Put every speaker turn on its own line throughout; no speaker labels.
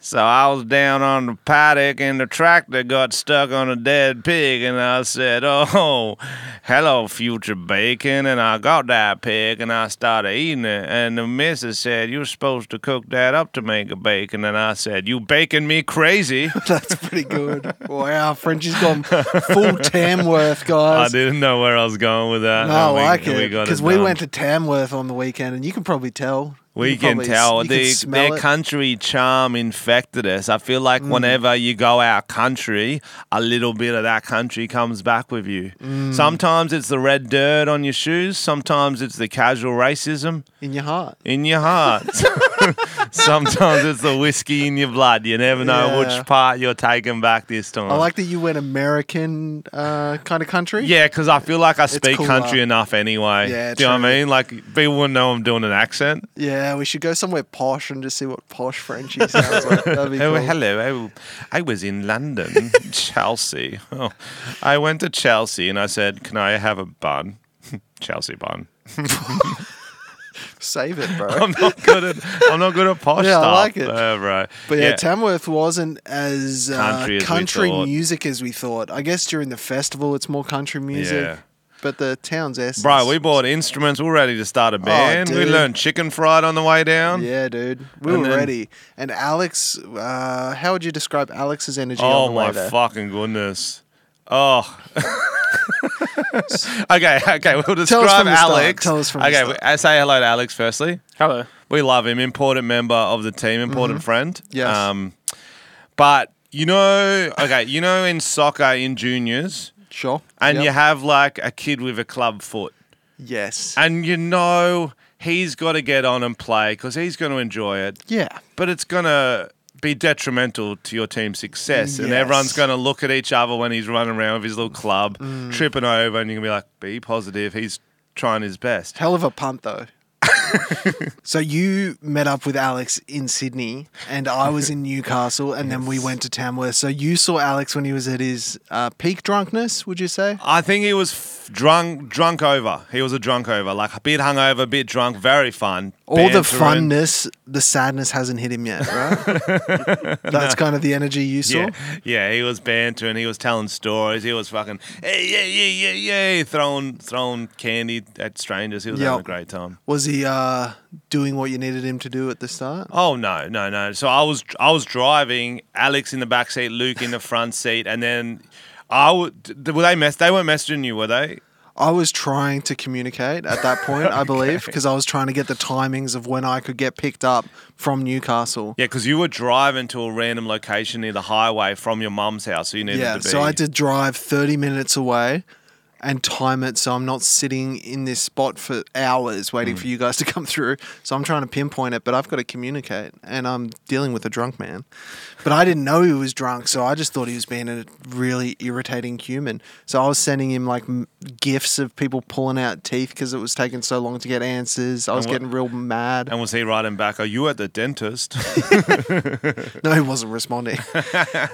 So I was down on the paddock and the tractor got stuck on a dead pig and I said, Oh, hello, future bacon. And I got that pig and I started eating it. And the missus said, You're supposed to cook that up to make a bacon. And I said, You baking me crazy.
That's pretty good. Wow, Frenchie's gone full Tamworth,
I
guys.
didn't know where I was going with that.
No, I like
we
it
got
because we
done.
went to Tamworth on the weekend, and you can probably tell.
We
You
can
probably s-
tell
you
the,
smell
their
it. Mm.
country charm infected us. I feel like whenever you go out country, a little bit of that country comes back with you.
Mm.
Sometimes it's the red dirt on your shoes. Sometimes it's the casual racism
in your heart.
in your heart. sometimes it's the whiskey in your blood. You never know
Yeah.
which part you're taking back this time.
I like that you went American uh, kind of country.
Yeah, because I feel like I speak
cooler.
country enough anyway.
Yeah,
Do you know what
true.
I mean? Like people wouldn't know I'm doing an accent.
Yeah, we should go somewhere posh and just see what posh Frenchie sounds like. That'd be
Oh,
cool.
hello. I, I was in London, Chelsea. Oh, I went to Chelsea and I said, Can I have a bun? Chelsea bun.
Save it, bro.
I'm not good at I'm not good at posh
Yeah, I
stuff.
like it.
Uh, right.
But yeah, Tamworth wasn't as uh,
Country
country,
as we thought.
music as we thought. I guess during the festival, it's more country music.
Yeah.
But the town's essence.
Bro, we bought instruments. We're ready to start a band. we
Oh, dude.
learned chicken fried on the way down.
Yeah, dude. We
And
were
then-
ready. And Alex, uh, how would you describe Alex's energy
Oh
on the way
my
there?
fucking goodness. Oh. okay, okay. We'll describe
Tell us from the start.
Alex.
Tell us from the
okay,
start.
I say hello to Alex firstly.
Hello.
We love him. Important member of the team. Important friend.
Mm-hmm. Yes.
Um, but you know, okay, you know, in soccer in juniors,
Sure.
and
Yep.
you have like a kid with a club foot,
Yes.
and you know he's got to get on and play because he's going to enjoy it,
yeah.
but it's going to be detrimental to your team's success, and
Yes.
everyone's going to look at each other when he's running around with his little club,
Mm.
tripping over, and you're going to be like, "Be positive. He's trying his best."
Hell of a punt, though. so you met up with Alex in Sydney, and I was in Newcastle, and then we went to Tamworth. So you saw Alex when he was at his uh, peak drunkenness, would you say?
I think he was f- drunk, drunk over. He was a drunk over, like a bit hungover, a bit drunk, very fun.
All the
bantering.
funness, the sadness hasn't hit him yet, right? That's kind of the energy you saw.
Yeah, yeah, he was bantering. He was telling stories. He was fucking, hey, yeah, yeah, yeah, yeah, throwing, throwing candy at strangers. He was having a
Yep.
great time.
Was he uh, doing what you needed him to do at the start?
Oh no, no, no. So I was, I was driving. Alex in the back seat, Luke in the front seat, and then I would. Were they mess? They weren't messaging you, were they?
I was trying to communicate at that point, I believe, because I was trying to get the timings of when I could get picked up from Newcastle.
Yeah, because you were driving to a random location near the highway from your mum's house, so you needed
Yeah,
to be.
so I had to drive 30 minutes away and time it so I'm not sitting in this spot for hours waiting
Mm.
for you guys to come through. So I'm trying to pinpoint it, but I've got to communicate and I'm dealing with a drunk man. But I didn't know he was drunk, so I just thought he was being a really irritating human. So I was sending him like m- gifts of people pulling out teeth because it was taking so long to get answers. I was
what-
getting real mad.
And was he writing back, Are you at the dentist?
No, he wasn't responding.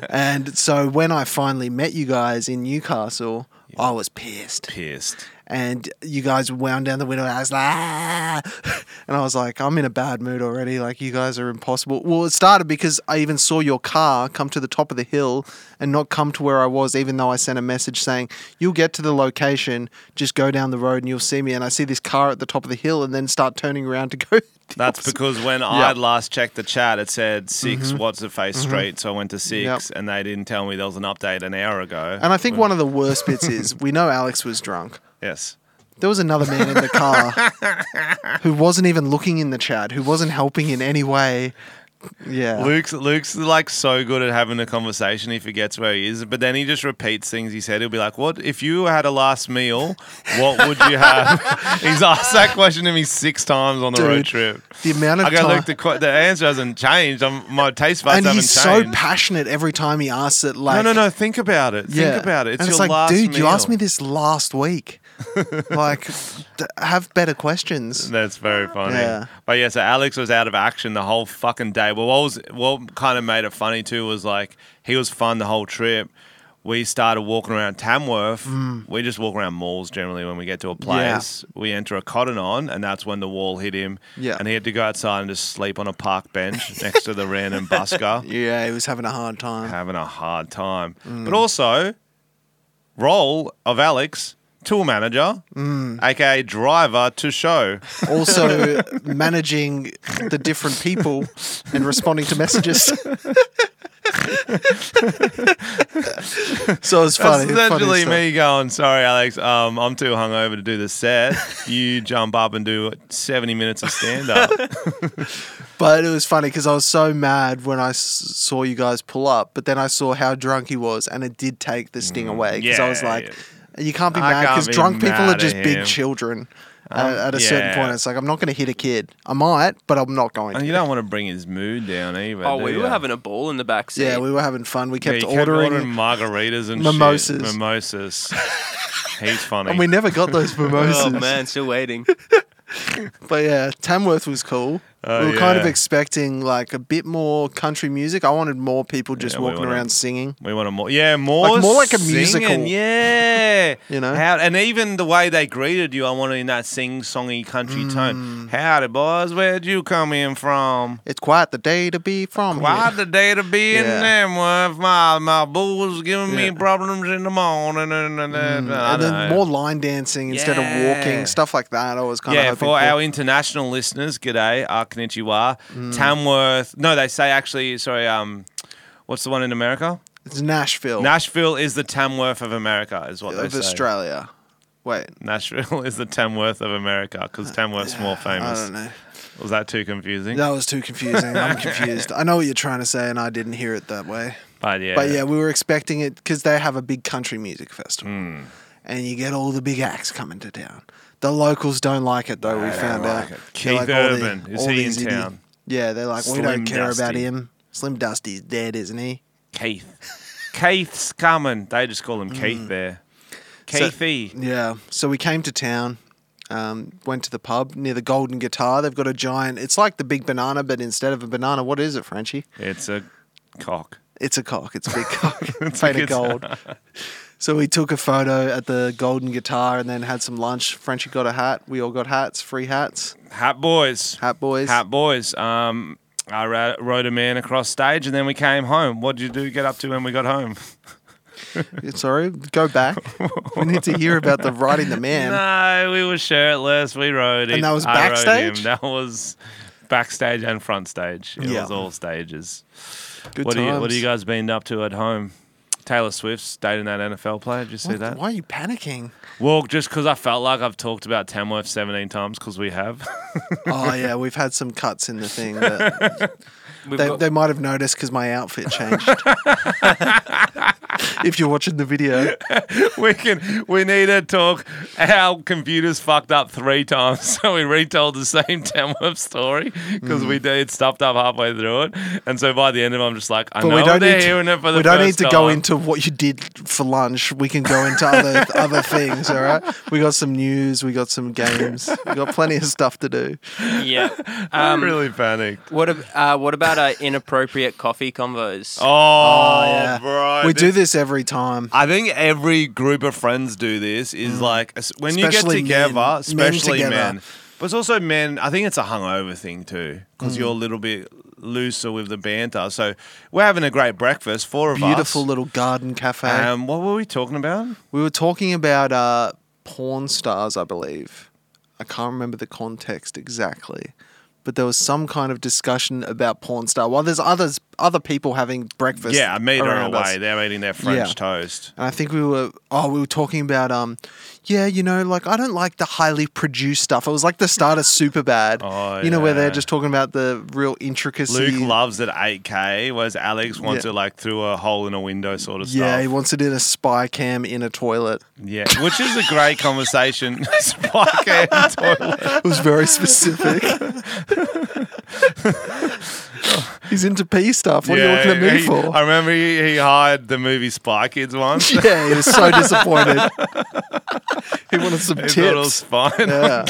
and so when I finally met you guys in Newcastle, I was pissed.
Pissed.
And you guys wound down the window, and I was like, "Ah!" and I was like, I'm in a bad mood already. Like, you guys are impossible. Well, it started because I even saw your car come to the top of the hill and not come to where I was, even though I sent a message saying, You'll get to the location, just go down the road and you'll see me. And I see this car at the top of the hill and then start turning around to go. the
That's
opposite-
because when I last checked the chat, it said 6 what's the face street, so I went to six,
Mm-hmm. Yep.
and they didn't tell me there was an update an hour ago.
And I think one of the worst bits is we know Alex was drunk.
yes,
There was another man in the car who wasn't even looking in the chat, who wasn't helping in any way. Yeah.
Luke's Luke's like so good at having a conversation, he forgets where he is, but then he just repeats things he said. He'll be like, "What if you had a last meal? What would you have?" He's asked that question to me six times on the road
Dude,
trip.
the amount of
I go,
time-
Luke, the, qu- the answer hasn't changed. I'm, my taste buds
and
haven't
he's so
changed.
passionate every time he asks it. Like,
no, no, no. Think about it. Think about it. It's
and
your
it's like,
last
dude, you asked me
meal."
this last week. like, d- have better questions.
That's very funny.
Yeah.
But yeah, so Alex was out of action the whole fucking day. Well, what was what kind of made it funny too was like he was fun the whole trip. we started walking around Tamworth.
Mm.
We just walk around malls generally when we get to a place. We enter a cotton on, and that's when the wall hit him.
Yeah.
And he had to go outside and just sleep on a park bench next to the random busker
Yeah, Mm. he was having a hard time.
having a hard time. But also, role of Alex, tool manager,
Mm.
aka driver to show.
Also, managing the different people and responding to messages. so it's funny.
That's
funny
literally
stuff.
me going, sorry, Alex, um, I'm too hungover to do the set. you jump up and do 70 minutes of stand up.
But it was funny because I was so mad when I s- saw you guys pull up, but then I saw how drunk he was, and it did take the sting away because I was
Mm, yeah,
like, you can't be
I
mad
can't
because
be
drunk people
mad
are
at
just big
him. Um,
children. uh, at a certain
yeah. Oh,
point, it's like I'm not going to hit a kid. I might, but I'm not going.
and
to.
you don't want to bring his mood down either.
Oh,
do
we
you?
were having a ball in the back seat.
Yeah, we were having fun. We
Yeah,
kept
you kept
ordering,
margaritas and
Mimosas.
Shit. Mimosas. He's funny.
and we never got those mimosas.
Oh man, still waiting.
But yeah, Tamworth was cool.
Oh,
we were kind of
yeah.
expecting like a bit more country music. I wanted more people just
Yeah, we
walking
wanted-
around singing.
We want a more, yeah, more,
Like, more like a
singing,
musical.
yeah.
You know?
how, and even the way they greeted you, I wanted in that sing-songy country tone.
Mm.
Howdy, boys, where'd you come in from?
It's quite the day to be from. here.
Why the day to be in
Yeah.
them? Well, if my my bull's giving
Yeah. Mm.
me problems in the morning, and, and, and, I
and
don't
then
know.
more line dancing instead of walking,
Yeah.
stuff like that. I was kind
Yeah,
of hoping
for
for.
our international listeners, g'day, uh, konnichiwa.
Mm.
Tamworth, no, they say actually, sorry, um, what's the one in America?
it's Nashville
Nashville is the Tamworth of America, is what they
Oh. of
say.
Australia. Wait,
Nashville is the Tamworth of America because Tamworth's more
Uh, I
famous.
don't know.
Was that too confusing?
That was too confusing. I'm confused. I know what you're trying to say, and I didn't hear it that way.
But yeah,
But yeah, we were expecting it because they have a big country music festival,
Hmm.
and you get all the big acts coming to town. The locals don't like it though. we found
like
out.
it.
They're
Keith
all
Urban, is
all
he in
these idiot-
town?
Yeah, they're like, we
Slim
don't care about
Dusty.
him. Slim Dusty's dead, isn't he?
Keith. Keith's coming. They just call him Keith there.
Mm. So-
Keithy.
Yeah. So we came to town, um, went to the pub near the Golden Guitar. They've got a giant. It's like the big banana, but instead of a banana, what is it, Frenchie?
it's a cock.
It's a cock. It's a big cock. it's
a
made of gold. So we took a photo at the Golden Guitar and then had some lunch. Frenchie got a hat. We all got hats, free hats.
Hat boys.
Hat boys.
Hat boys. Um, I ra- rode a man across stage and then we came home. What did you do? Get up to when we got home?
Sorry, go back. we need to hear about the riding the man.
No, we were shirtless. We rode it.
And that was
I rode
backstage?
him. That was backstage and front stage. It
Yeah.
was all stages.
Good
What are you What
times.
are you guys been up to at home? Taylor Swift's dating that NFL player. Did you see
What-
that?
Why are you panicking?
Well, just because I felt like I've talked about Tamworth 17 times because we have.
Oh yeah, we've had some cuts in the thing. That
We've
They,
got-
they might have noticed because my outfit changed. if you're watching the video,
we can. We need to talk. Our computers fucked up three times, so we retold the same Tamworth story because
Hmm.
we did stuffed up halfway through it, and so by the end of it, I'm just like, I
but
know
we don't
they're
need
hearing
to,
it for the
we don't need
first
to go
time.
into what you did for lunch. We can go into other other things. All right, we got some news, we got some games, we got plenty of stuff to do.
yeah.
I'm really panicked.
What ab- uh, what about uh, inappropriate coffee convos?
Oh,
yeah.
bro,
we do this every time.
I think every group of friends do this. Is like es- when
Hmm. Especially
you get together,
men.
especially
Men
men,
together.
but it's also men. I think it's a hungover thing too, because
Hmm.
you're a little bit looser with the banter. So we're having a great breakfast, four of
Beautiful
us.
little garden cafe.
Um, what were we talking about?
we were talking about uh, porn stars, I believe. I can't remember the context exactly, but there was some kind of discussion about porn star. While there's others, other people having breakfast.
Yeah, I meet her
around
away.
us.
They're eating their French
Yeah.
toast.
And I think we were oh we were talking about um yeah you know like I don't like the highly produced stuff. It was like the start of Superbad.
Oh,
you know where they're
yeah.
just talking about the real intricacy.
Luke loves it 8K, whereas Alex wants
Yeah.
it like through a hole in a window sort of stuff.
yeah, he wants it in a spy cam in a toilet.
Yeah, which is a great conversation. Spike and toilet.
It was very specific. He's into pee stuff. What are you looking at me
he-
for?
I remember he, he hired the movie Spy Kids once. He
yeah, he was so disappointed. he wanted some
thought it was
tips.
fine.
Yeah.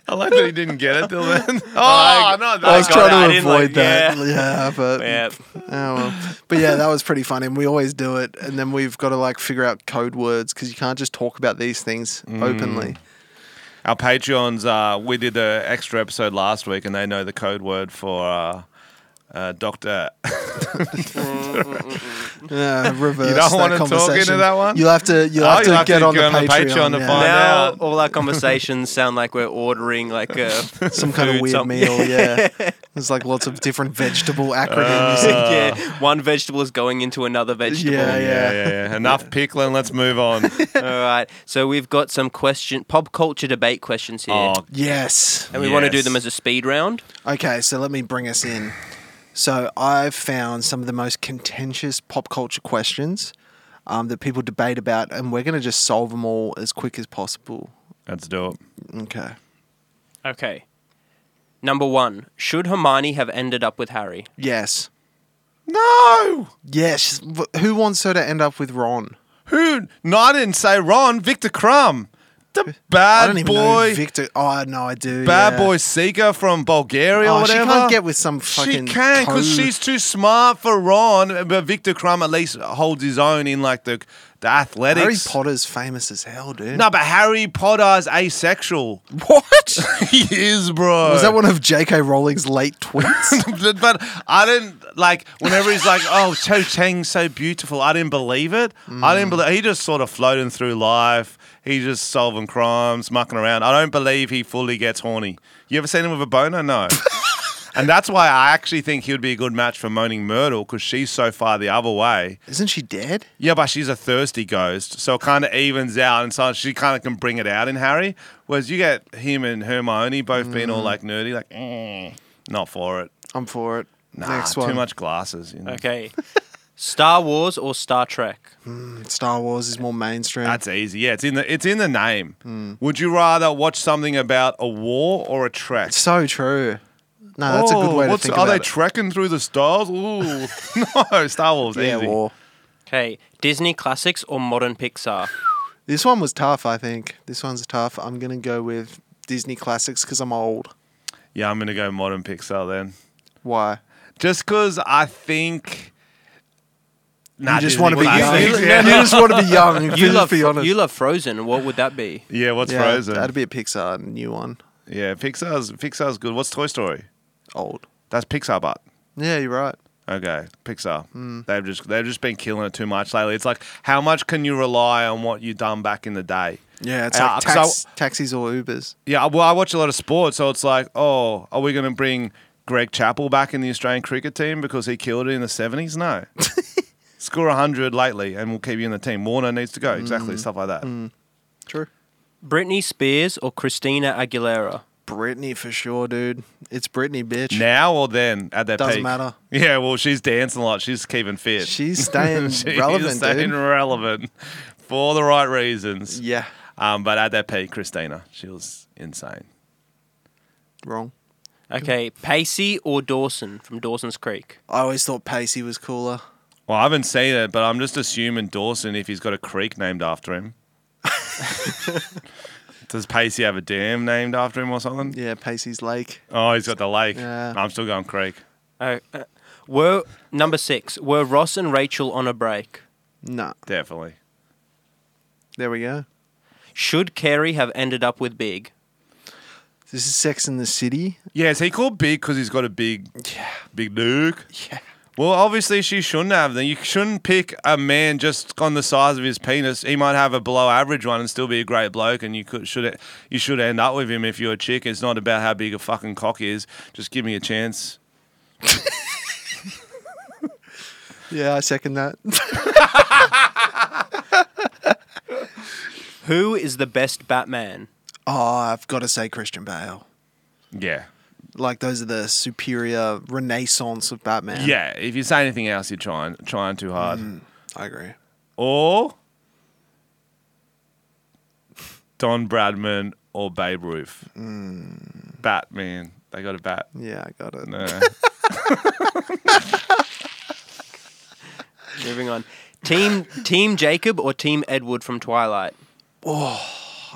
I like that he didn't get it till then. Oh, no, that
I was
got
trying
it. I
to
didn't, like,
avoid that.
yeah.
Yeah, but
Yeah.
Oh, well. But yeah, that was pretty funny. And we always do it. And then we've got to like figure out code words because you can't just talk about these things
Mm.
openly.
Our Patreons, uh, we did an extra episode last week, and they know the code word for uh, uh, Doctor.
Oh, Yeah, reverse.
don't
that
wanna talk into
conversation.
that one?
You'll have to. You'll
Oh,
have to
you'll have to
get on,
go
the Patreon.
to
yeah.
find
Now
out.
all our conversations sound like we're ordering like a
Some kind of
food,
weird
some-
meal. Yeah, there's like lots of different vegetable acronyms.
Uh.
yeah, one vegetable is going into another vegetable.
Yeah,
yeah, yeah, yeah. Enough pickling. Let's move on.
All right. So we've got some question pop culture debate questions here.
Oh,
yes.
and we want to do
yes.
them as a speed round.
Okay, so let me bring us in. So I've found some of the most contentious pop culture questions um, that people debate about, and we're going to just solve them all as quick as possible.
let's do it.
Okay.
Okay. Number one, should Hermione have ended up with Harry?
Yes.
No,
Yes. Wh- Who wants her to end up with Ron?
who? No, I didn't say Ron. Victor Crumb, the
I
bad
don't even know
boy,
who Victor. Oh no, I do.
bad
yeah.
boy seeker from Bulgaria or
Oh, she
whatever.
can't get with some fucking.
She can because
code.
she's too smart for Ron. But Victor Crumb at least holds his own in like the the athletics.
Harry Potter's famous as hell, dude.
No, but Harry Potter's asexual.
What?
he is, bro.
Was that one of J.K. Rowling's late tweets?
but, but I didn't like whenever he's like, "Oh, Cho Chang's so beautiful." I didn't believe it. I didn't believe. He just sort of floating through life. He's just solving crimes, mucking around. I don't believe he fully gets horny. You ever seen him with a boner? No. and that's why I actually think he would be a good match for Moaning Myrtle because she's so far the other way.
Isn't she dead?
Yeah, but she's a thirsty ghost, so it kind of evens out, and so she kind of can bring it out in Harry. Whereas you get him and Hermione both being
Mm.
all like nerdy, like, eh, not for it.
I'm for it.
Nah,
Next one.
too much glasses. You know?
Okay. Star Wars or Star Trek?
Star Wars is more mainstream.
That's easy. Yeah, it's in the it's in the name.
Hmm.
Would you rather watch something about a war or a trek?
so true. No, uh, that's a good
Oh,
way to
what's-
think
Are
about
they
it.
trekking through the stars? Ooh, no, Star Wars.
yeah,
easy.
war.
Okay. Disney classics or modern Pixar?
This one was tough. I think this one's tough. I'm gonna go with Disney classics because I'm old.
Yeah, I'm gonna go modern Pixar then,
Why?
just because I think. Nah,
you just
Disney
want to be young.
classics,
You,
yeah.
just want to be young.
You
let's
love
be honest.
you love Frozen. What would that be?
Yeah, what's
yeah,
Frozen?
That'd be a Pixar new one.
yeah, Pixar's Pixar's good. What's Toy Story?
Old.
That's Pixar, but
Yeah, you're right.
Okay, Pixar.
Hmm.
They've just they've just been killing it too much lately. It's like how much can you rely on what you done back in the day?
Yeah, it's
Uh,
like
'cause
tax, taxis or Ubers.
Yeah, well, I watch a lot of sports, so it's like, oh, are we going to bring Greg Chappell back in the Australian cricket team because he killed it in the seventies? No, score hundred lately, and we'll keep you in the team. Warner needs to go. Exactly,
Hmm.
stuff like that.
True.
Britney Spears or Christina Aguilera?
Britney for sure, dude. It's Britney, bitch.
Now or then at that
Doesn't
peak?
matter.
Yeah, well, she's dancing a lot. She's keeping fit.
She's staying relevant,
is staying
dude.
relevant for the right reasons.
Yeah,
Um, but at that peak, Christina, she was insane.
wrong.
Okay. Pacey or Dawson from Dawson's Creek?
I always thought Pacey was cooler.
Well, I haven't seen it, but I'm just assuming Dawson, if he's got a creek named after him. Does Pacey have a dam named after him or something?
Yeah, Pacey's Lake.
Oh, he's got the lake.
Yeah.
I'm still going creek.
Oh, uh, were number six? Were Ross and Rachel on a break?
Nah,
Definitely.
there we go.
Should Carrie have ended up with Big?
This is Sex in the City.
Yeah, is he called Big because he's got a big,
Yeah,
big duke?
yeah.
Well, obviously she shouldn't have. Then you shouldn't pick a man just on the size of his penis. He might have a below average one and still be a great bloke, and you could should you should end up with him if you're a chick. It's not about how big a fucking cock is. Just give me a chance.
Yeah, I second that.
Who is the best Batman?
oh, I've got to say Christian Bale.
Yeah,
Like those are the superior renaissance of Batman.
yeah. If you say anything else, you're trying trying too hard.
I agree.
Or Don Bradman or Babe Ruth.
Mm.
Batman. They got a bat.
Yeah, I got it.
No.
Moving on. Team Team Jacob or Team Edward from Twilight?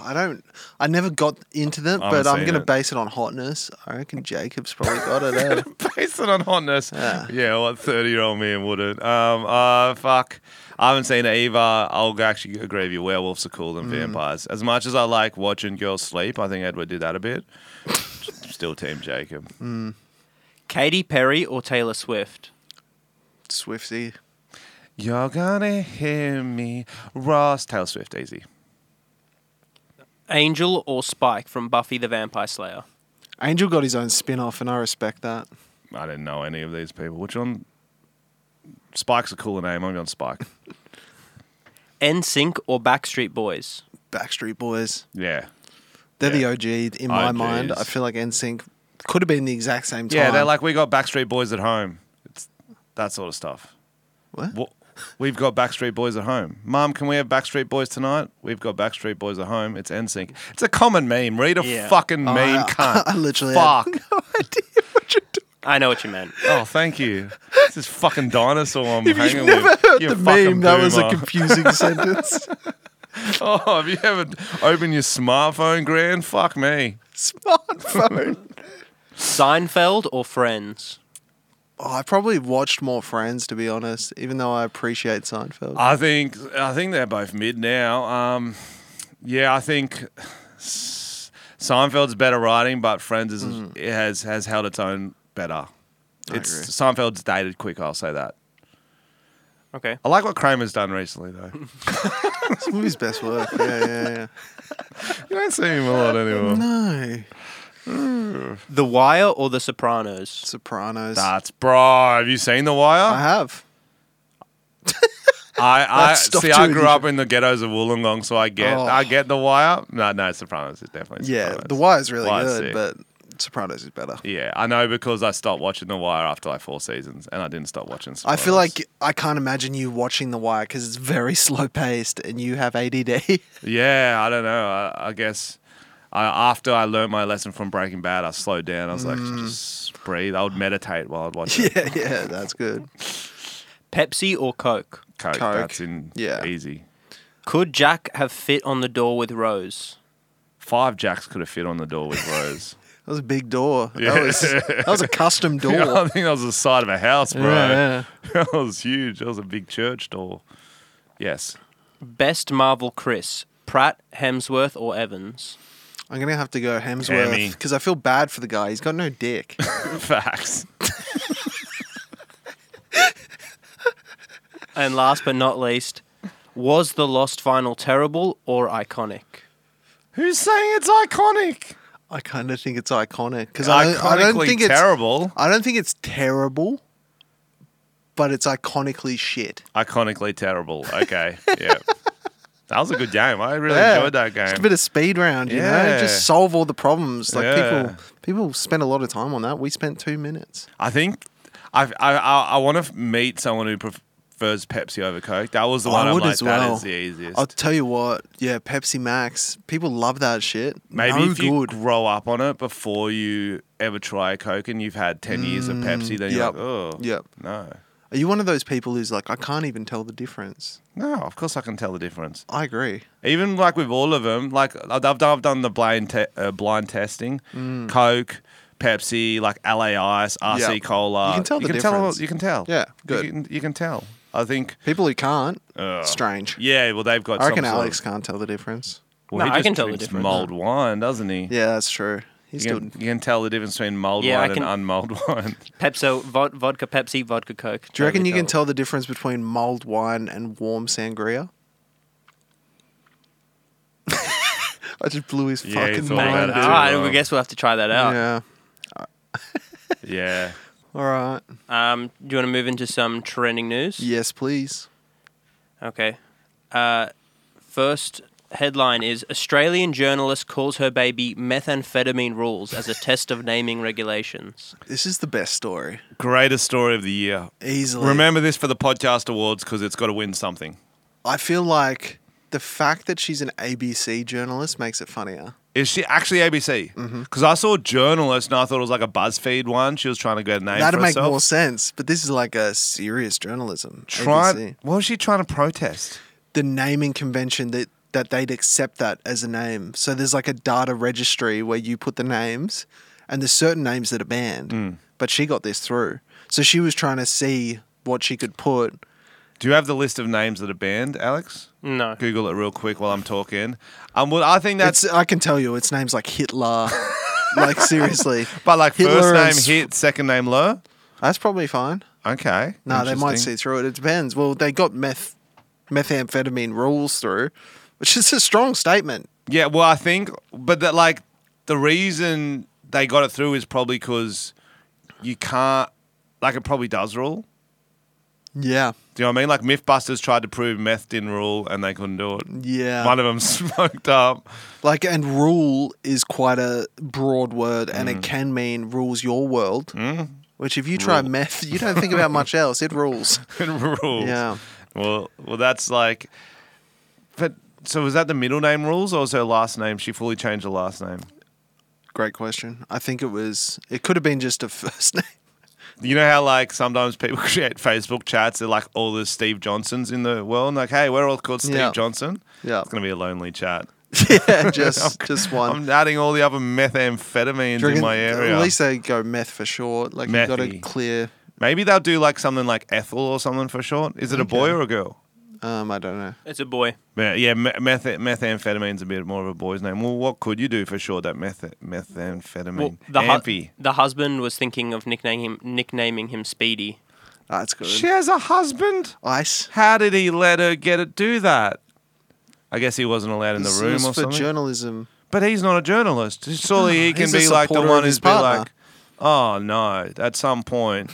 I don't. I never got into them,
I haven't
but I'm
seen
gonna
it.
base it on hotness. I reckon Jacob's probably got it. eh?
Based it on hotness. Yeah, what 30 year old man wouldn't? Um, uh, fuck. I haven't seen it either. I'll actually agree with you. Werewolves are cooler than vampires. As much as I like watching girls sleep, I think Edward did that a bit. Still Team Jacob.
Katy Perry or Taylor Swift?
Swifty.
You're gonna hear me. Ross Taylor Swift, easy.
Angel or Spike from Buffy the Vampire Slayer?
Angel got his own spin off, and I respect that.
I didn't know any of these people. Which one? Spike's a cooler name. I'm on Spike.
NSYNC or Backstreet Boys?
Backstreet Boys.
Yeah.
They're
Yeah.
the OG in my mind.
OGs.
I feel like NSYNC could have been the exact same time.
Yeah, they're like, we got Backstreet Boys at home. It's that sort of stuff.
What?
Wha- We've got Backstreet Boys at home. Mom, can we have Backstreet Boys tonight? We've got Backstreet Boys at home. It's NSYNC. It's a common meme. Read a
Yeah.
fucking
Oh,
meme,
I-
cunt.
I literally had
Fuck.
I know what you meant.
Oh, thank you. This is fucking dinosaur I'm
If
hanging
you've never
with.
heard
You
the
fucking
meme, that was a
boomer.
confusing sentence.
Oh, have you ever opened your smartphone, Grand? Fuck me.
Smartphone.
Seinfeld or Friends?
Oh, I probably watched more Friends, to be honest, even though I appreciate Seinfeld.
I think I think they're both mid now. Um, yeah, I think S- Seinfeld's better writing, but Friends is, it has has held its own better. It's
Hmm. agree.
Seinfeld's dated quick. I'll say that.
Okay.
I like what Kramer's done recently, though.
It's one of his best work. Yeah, yeah,
you don't see him a lot
yeah.
anymore.
No.
The Wire or The Sopranos?
Sopranos.
That's bro. Have you seen The
I
Wire?
have.
I, I
That's stuff
see. I
too,
grew
isn't
up in the ghettos of Wollongong, so I get
Oh.
I get The Wire. No, no, Sopranos is definitely
Yeah,
Sopranos.
The Wire's really
Wire's
good,
sick.
but Sopranos is better.
Yeah, I know because I stopped watching The Wire after like four seasons, and I didn't stop watching.
I
Sopranos.
feel like I can't imagine you watching The Wire because it's very slow paced and you have ADD.
Yeah, I don't know. I, I guess I, after I learned my lesson from Breaking Bad, I slowed down. I was like, just breathe. I would meditate while I'd watch it.
Mm. yeah, yeah, that's good.
Pepsi or Coke?
Coke,
Coke.
That's in
Yeah.
easy.
Could Jack have fit on the door with Rose?
Five jacks could have fit on the door with Rose.
That was a big door.
Yeah.
That was that was a custom door.
I think that was the side of a house, bro.
Yeah,
That was huge. That was a big church door. Yes.
Best Marvel Chris, Pratt, Hemsworth, or Evans?
I'm gonna have to go Hemsworth
Hammy.
because I feel bad for the guy. He's got no dick.
Facts.
And last but not least, was the Lost Final terrible or iconic?
Who's saying it's iconic?
I kind of think it's iconic because I, don't- I don't
Iconically
think it's
terrible.
I don't think it's terrible, but it's iconically shit.
Iconically terrible. Okay. Yeah. that was a good game. I really enjoyed that game.
Just a bit of speed round, you know.
Yeah.
Just solve all the problems. Like
Yeah.
people, people spend a lot of time on that. We spent two minutes.
I think I've, I I, I want to meet someone who prefers Pepsi over Coke. That was the one
I
I'm
would
like,
as well.
that is the easiest.
I'll tell you what. Yeah, Pepsi Max. People love that shit.
Maybe
no
if you
good.
grow up on it before you ever try a Coke and you've had 10 years of Pepsi, then you're
yep.
like, oh,
Mm, Yep.
no.
Are you one of those people who's like, I can't even tell the difference?
No, of course I can tell the difference.
I agree.
Even like with all of them, like I've, I've done- I've done the blind te- uh, blind testing, Coke, Pepsi, like LA Ice, RC
Mm. Yep.
Cola.
You can tell the difference.
you can tell.
Yeah,
You
good.
can- you can tell. I think.
People who can't,
Ugh.
strange.
Yeah, well, they've got.
I
some
reckon
sort of-
Alex can't tell the difference.
Well, he
No, I
just
can tell the
drinks
difference.
Mulled wine, doesn't he?
Yeah, that's true. He's
You
still
can, you can tell the difference between mulled
Yeah, I
wine
can-
and unmulled wine.
Pepsi, vod- vodka Pepsi, vodka Coke.
Do you reckon
Totally
you can tell the difference between mulled wine and warm sangria? I just blew his
Yeah, he
fucking
thought about Ah,
mind.
it
All
too
out.
right,
well.
we guess we'll have to try that out.
Yeah.
yeah.
All right.
Um, do you want to move into some trending news?
Yes, please.
Okay. Uh, first headline is Australian journalist calls her baby methamphetamine rules as a test of naming regulations.
This is the best story.
Greatest story of the year.
Easily.
Remember this for the podcast awards because it's got to win something.
I feel like the fact that she's an ABC journalist makes it funnier.
Is she actually ABC? Because
Mm-hmm.
I saw journalist and I thought it was like a BuzzFeed one. She was trying to get a name
That'd
for
make
herself.
more sense, but this is like a serious journalism.
Trying,
ABC.
what was she trying to protest?
the naming convention that that they'd accept that as a name. So there's like a data registry where you put the names, and there's certain names that are banned.
Hmm.
But she got this through, so she was trying to see what she could put.
Do you have the list of names that are banned, Alex?
No.
Google it real quick while I'm talking. Um, well, I think that's
That's I can tell you, it's names like Hitler. like seriously,
but like
Hitler and
first
Sw-
name hit, second name low.
that's probably fine.
Okay.
No, they might
Interesting.
see through it. It depends. Well, they got meth, methamphetamine rules through, which is a strong statement.
Yeah, well, I think, but that like the reason they got it through is probably because you can't, like, it probably does rule.
Yeah.
Do you know what I mean? Like MythBusters tried to prove meth didn't rule and they couldn't do it.
Yeah.
One of them smoked up.
Like, and rule is quite a broad word, and
Mm.
it can mean rules your world. Mm. Which, if you try meth, you don't think about much else. It rules.
It rules.
Yeah.
Well, well, that's like, but so was that the middle name rules or was her last name? She fully changed her last name.
Great question. I think it was. It could have been just a first name.
You know how like sometimes people create Facebook chats. They're like all the Steve Johnsons in the world. And like, hey, we're all called Steve
Yeah.
Johnson.
Yeah.
It's gonna be a lonely chat.
yeah, just just one.
I'm adding all the other methamphetamines
Do
in
you reckon-
my area.
At least they go meth for short. Like you got to
Methy.
clear.
Maybe they'll do like something like Ethel or something for short. Is it a boy or a girl?
Um, I don't know.
It's a boy.
Yeah, yeah me- meth- methamphetamine's a bit more of a boy's name. Well, what could you do for sure that meth- methamphetamine?
Well, the, hu-
Ampy.
the husband was thinking of nicknaming him, nicknaming him Speedy.
That's Ah, good.
She has a husband?
Ice.
How did he let her get it do that? I guess he wasn't allowed in the
This
room
was
or
for
something.
journalism.
but he's not a journalist. Surely he can
He's a
be like the
supporter of
one
his
who's be
partner.
like, oh no, at some point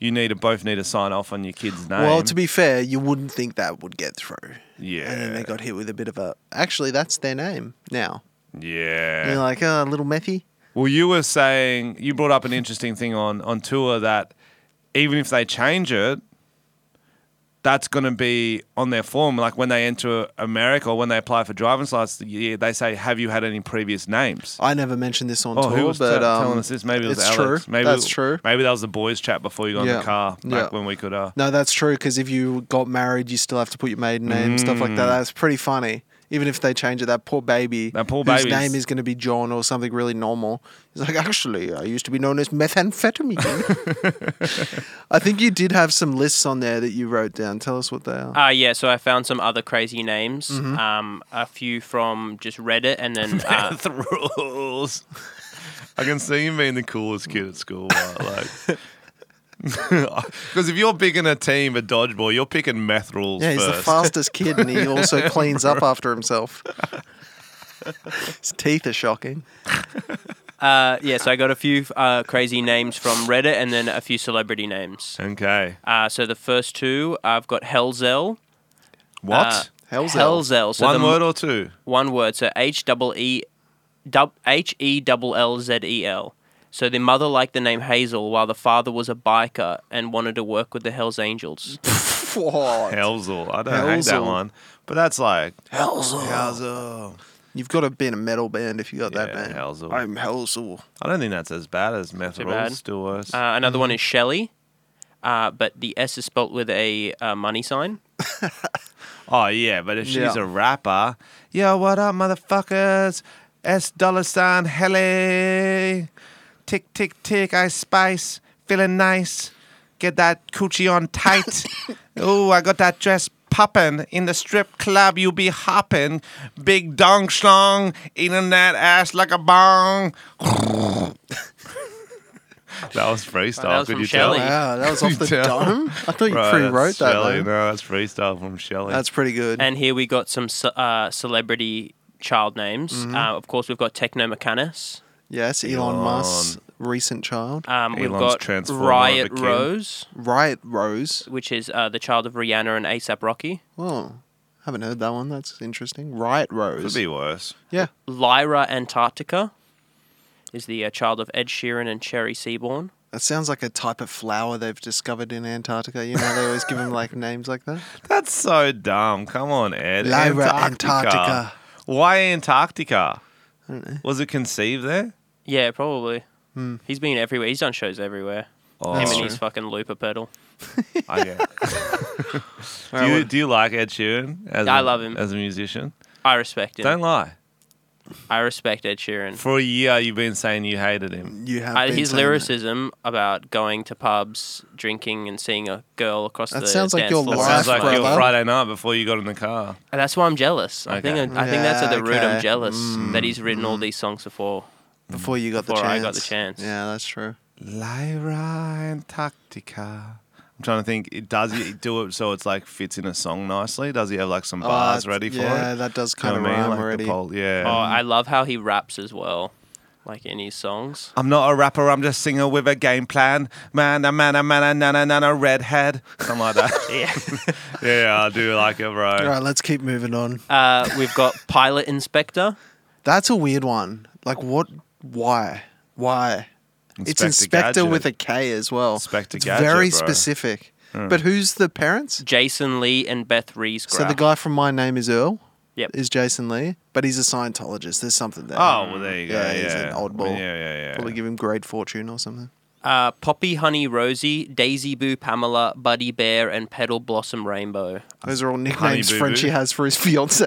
you need to both need to sign off on your kid's name.
Well, to be fair, you wouldn't think that would get through. And then
yeah,
they got hit with a bit of a. Actually, that's their name now. And
yeah.
you're like, oh, little Methy.
Well, you were saying you brought up an interesting thing on on tour that even if they change it, that's going to be on their form. Like when they enter America or when they apply for driver's license, yeah, they say, "Have you had any previous names?"
I never mentioned this on
Oh,
tour,
who was
but
te-
um,
telling us this? Maybe it was
it's
Alex.
true.
Maybe
That's true.
Maybe that was the boys' chat before you got in
Yeah.
the car back
Yeah.
when we could. Uh,
No, that's true. Because if you got married, you still have to put your maiden name, stuff like that. That's pretty funny. Even if they change it, that poor baby,
Mm. That poor
whose
baby's-
name is going to be John or something really normal. He's like, actually, I used to be known as methamphetamine. I think you did have some lists on there that you wrote down. Tell us what they are.
Ah, yeah. So I found some other crazy names.
Mm-hmm.
Um, a few from just Reddit, and then uh,
Meth rules. I can see him being the coolest kid at school. Right? Like, because if you're picking a team at dodgeball, you're picking meth rules.
yeah, he's
first.
the fastest kid, and he also cleans up after himself. His teeth are shocking.
uh, yeah. So I got a few uh, crazy names from Reddit, and then a few celebrity names.
Okay.
Uh, so the first two I've got Helzel.
What?
Uh,
Hellzel.
Helzel. So
One
the-
word or two?
One word. So H double E, dub- H E double L Z E L. So the mother liked the name Hazel, while the father was a biker and wanted to work with the Hell's Angels.
What?
Helzel. I don't hate that
Helzel.
one. But that's like
Oh.
Hellzel.
Helzel.
You've got to be in a metal band if you got that
Yeah,
band.
Helzel.
I'm Helzel.
I don't think that's as bad as meth
Too
rules.
bad.
Still worse.
Uh, another one is Shelley, uh, but the S is spelt with a uh, money sign.
oh yeah, but if she's
Yeah.
a rapper, yo, what up, motherfuckers? S dollar sign Helly. Tick tick tick. I spice. Feeling nice. Get that coochie on tight. Ooh, I got that dress poppin'. In the strip club, you be hoppin'. Big dong schlong, eating that ass like a bong. that was freestyle.
That was
Could
from
you tell?
Shelley.
Wow, that was off the
Tell.
dome. I thought you
Right,
pre-wrote
that's
that.
Shelley.
though.
No, that's freestyle from Shelley.
That's pretty good.
And here we got some ce- uh, celebrity child names.
Mm-hmm.
Uh, of course, we've got Techno Mechanus.
yes, Elon,
Elon.
Musk's recent child,
Um, we've
Elon's
got
transformer of a
Riot
kid.
Rose,
Riot Rose.
which is uh, the child of Rihanna and ASAP Rocky.
Oh, haven't heard that one. That's interesting. Riot
could
Rose.
be worse.
Yeah.
Lyra Antarctica is the uh, child of Ed Sheeran and Cherry Seaborn.
That sounds like a type of flower they've discovered in Antarctica. You know, they always give them like names like that.
That's so dumb. Come on, Ed.
Lyra, Antarctica.
Why Antarctica? Was it conceived there?
Yeah, probably. He's been everywhere. He's done shows everywhere.
Oh,
Hmm.
Him
That's
and
true.
his fucking looper pedal.
I get- do, you, do you like Ed Sheeran? As
I
a-
love him.
as a musician.
I respect him.
Don't lie.
I respect Ed Sheeran.
For a year, you've been saying you hated him.
You have
I,
been
his
saying that.
lyricism about going to pubs, drinking, and seeing a girl across
That
the
sounds like
dance
your
floor.
That
Life,
sounds like your
brother.
Friday night before you got in the car.
And that's why I'm jealous. I think
Okay.
I think that's at the
Yeah,
root. I'm
okay. Mm.
jealous that he's written all these songs before.
before you got the
Before
chance.
I got the chance.
Yeah, that's true.
Lyra Antarctica. I'm trying to think. It, does he do it so it's like fits in a song nicely? Does he have like some
Oh,
bars
that's-
ready for
yeah,
it?
that does
You know
kind of
what I mean?
rhyme
Like the
already.
pol- yeah.
Oh, I love how he raps as well, like in his songs.
I'm not a rapper. I'm just singer with a game plan. Man, a man, a man, a nana, nana, redhead. Something like that.
Yeah.
yeah, I do like it, bro.
All right, let's keep moving on.
uh, we've got Pilot Inspector.
That's a weird one. Like, what? Why? Why? it's Inspector with a K as well.
Inspector
it's
Gadget,
very
bro. Hmm.
specific. But who's the parents?
Jason Lee and Beth Rees.
So the guy from My Name Is Earl
Yep.
is Jason Lee, but he's a Scientologist. There's something there.
Oh, well, there you go.
Yeah,
Yeah,
he's an oddball.
Well, Yeah, yeah, yeah.
Probably give him great fortune or something.
Uh, Poppy Honey Rosie, Daisy Boo Pamela, Buddy Bear, and Petal Blossom Rainbow.
Those are all
Honey
nicknames
Boo
Frenchie
Boo.
has for his fiance.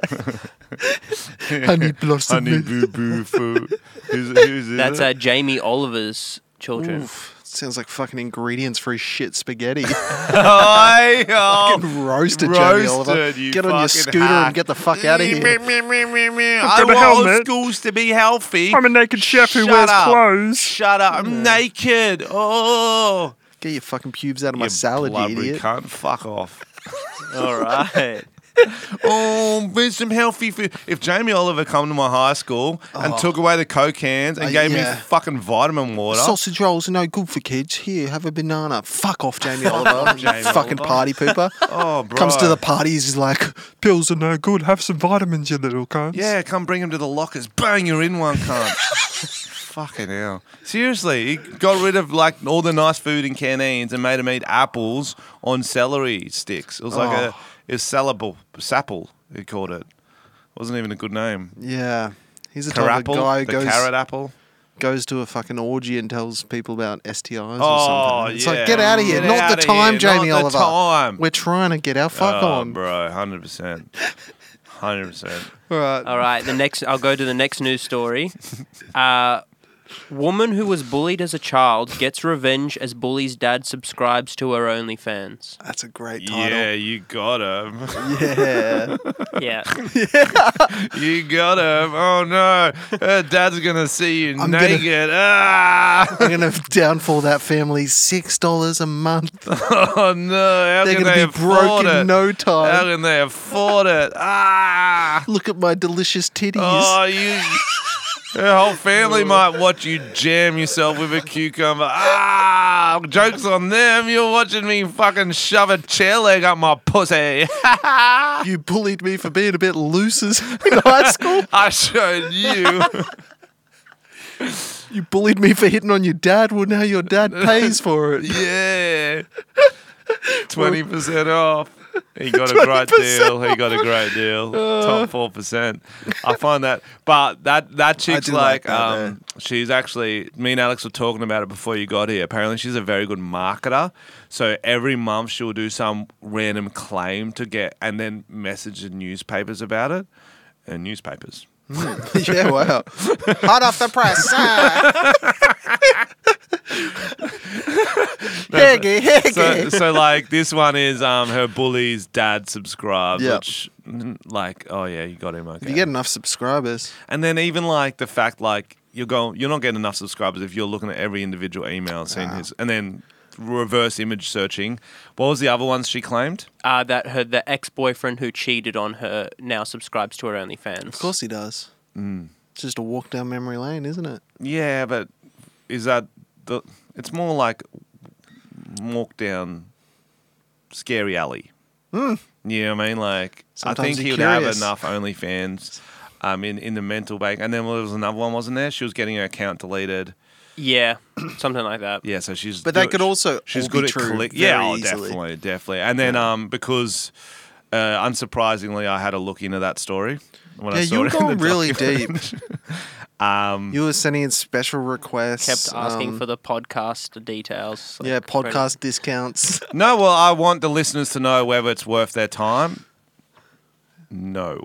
Honey Blossom.
Honey boo boo foo. Who's, who's is
That's
it?
uh, Jamie Oliver's children.
Oof, sounds like fucking ingredients for his shit spaghetti.
Oi, oh,
Fucking roasted, Jamie Oliver.
roasted, you
get on your
fucking
scooter
hack.
and get the fuck out of here.
I
got a
want
helmet.
old schools to be healthy.
I'm a naked chef who
Shut
wears
up.
clothes.
Shut up.
Mm.
I'm naked. Oh.
Get your fucking pubes out of my
You
salad, you
blubbery
idiot.
cunt. Fuck off.
All right.
Oh, there's some healthy food. If Jamie Oliver come to my high school and took away the coke cans and
Uh,
gave
Oh. yeah.
me fucking vitamin water,
Sausage rolls are no good for kids. Here, have a banana. Fuck off, Jamie Oliver. you
Jamie
fucking
Oliver.
party pooper.
oh, bro.
Comes to the parties, he's like, pills are no good. Have some vitamins, you little cunts.
Yeah, come bring him to the lockers. Bang, you're in one, cunt. Fucking hell. Seriously, he got rid of like all the nice food in canteens and made him eat apples on celery sticks. It was like a
Oh.
it was salable sapple, he called it. Wasn't even a good name.
Yeah. He's a type of guy
Carapple,
who
the
goes,
carrot apple.
goes to a fucking orgy and tells people about STIs
Oh,
or something. It's
yeah.
like, get out of here.
Get
Not the
outta
time,
here.
Jamie
Not
Oliver.
the time.
We're trying to get our fuck
oh,
on.
bro, hundred percent, hundred percent.
All right.
Uh,
All right. The next, I'll go to the next news story. Uh, woman who was bullied as a child gets revenge as bully's dad subscribes to her OnlyFans.
That's a great
Yeah,
title.
you got him.
Yeah.
Yeah.
You got him. Oh no, Uh, Dad's gonna see you
I'm gonna-
naked. Ah.
I'm going to downfall that family $6 a month.
Oh no! How
They're
can
going
they
to be broke
afford
in
it?
no
How
time.
can they afford it? Ah!
Look at my delicious titties.
Oh, you. Your whole family might watch you jam yourself with a cucumber. Ah! Jokes on them. You're watching me fucking shove a chair leg up my pussy. Oh.
You bullied me for being a bit loose as- in high school.
I showed you.
You bullied me for hitting on your dad. Well, now your dad pays for it.
Yeah. Twenty percent off. He got a great
20%
deal. He got a great deal.
Uh.
Top four percent. I find that, but that that chick's
do like
like,
that,
um, she's actually. Me and Alex were talking about it before you got here. Apparently, she's a very good marketer. So every month she will do some random claim to get, and then message the newspapers about it. And newspapers.
yeah, wow. Hot off the press. Heggy,
so,
heggy.
so like this one is um her bully's dad subscribes,
Yeah.
which mm, like oh yeah, you got him okay.
You get enough subscribers.
and then even like the fact like you're going, you're not getting enough subscribers if you're looking at every individual email, seeing his, and then reverse image searching. What was the other ones she claimed?
Uh, that her the ex boyfriend who cheated on her now subscribes to her OnlyFans.
Of course he does.
Mm.
It's just a walk down memory lane, isn't it?
Yeah, but is that the? It's more like walk down scary alley. Mm. You know what I mean? Like I
Hmm. Sometimes
think
you're
he would have
curious.
enough OnlyFans. Um, in, in the mental bank, and then there was another one, wasn't there? She was getting her account deleted.
Yeah, something like that.
Yeah, so she's.
But that
do-
could also
She's
all be
good at
true
click.
very
Yeah, oh,
easily.
definitely, definitely. And then, um, because uh, unsurprisingly, I had a look into that story. When I
yeah,
saw
you were
it in the
going really
document.
deep. um, you were sending in special requests.
Kept asking
um,
for the podcast details. like
yeah,
credit-
podcast discounts.
No, well, I want the listeners to know whether it's worth their time. No.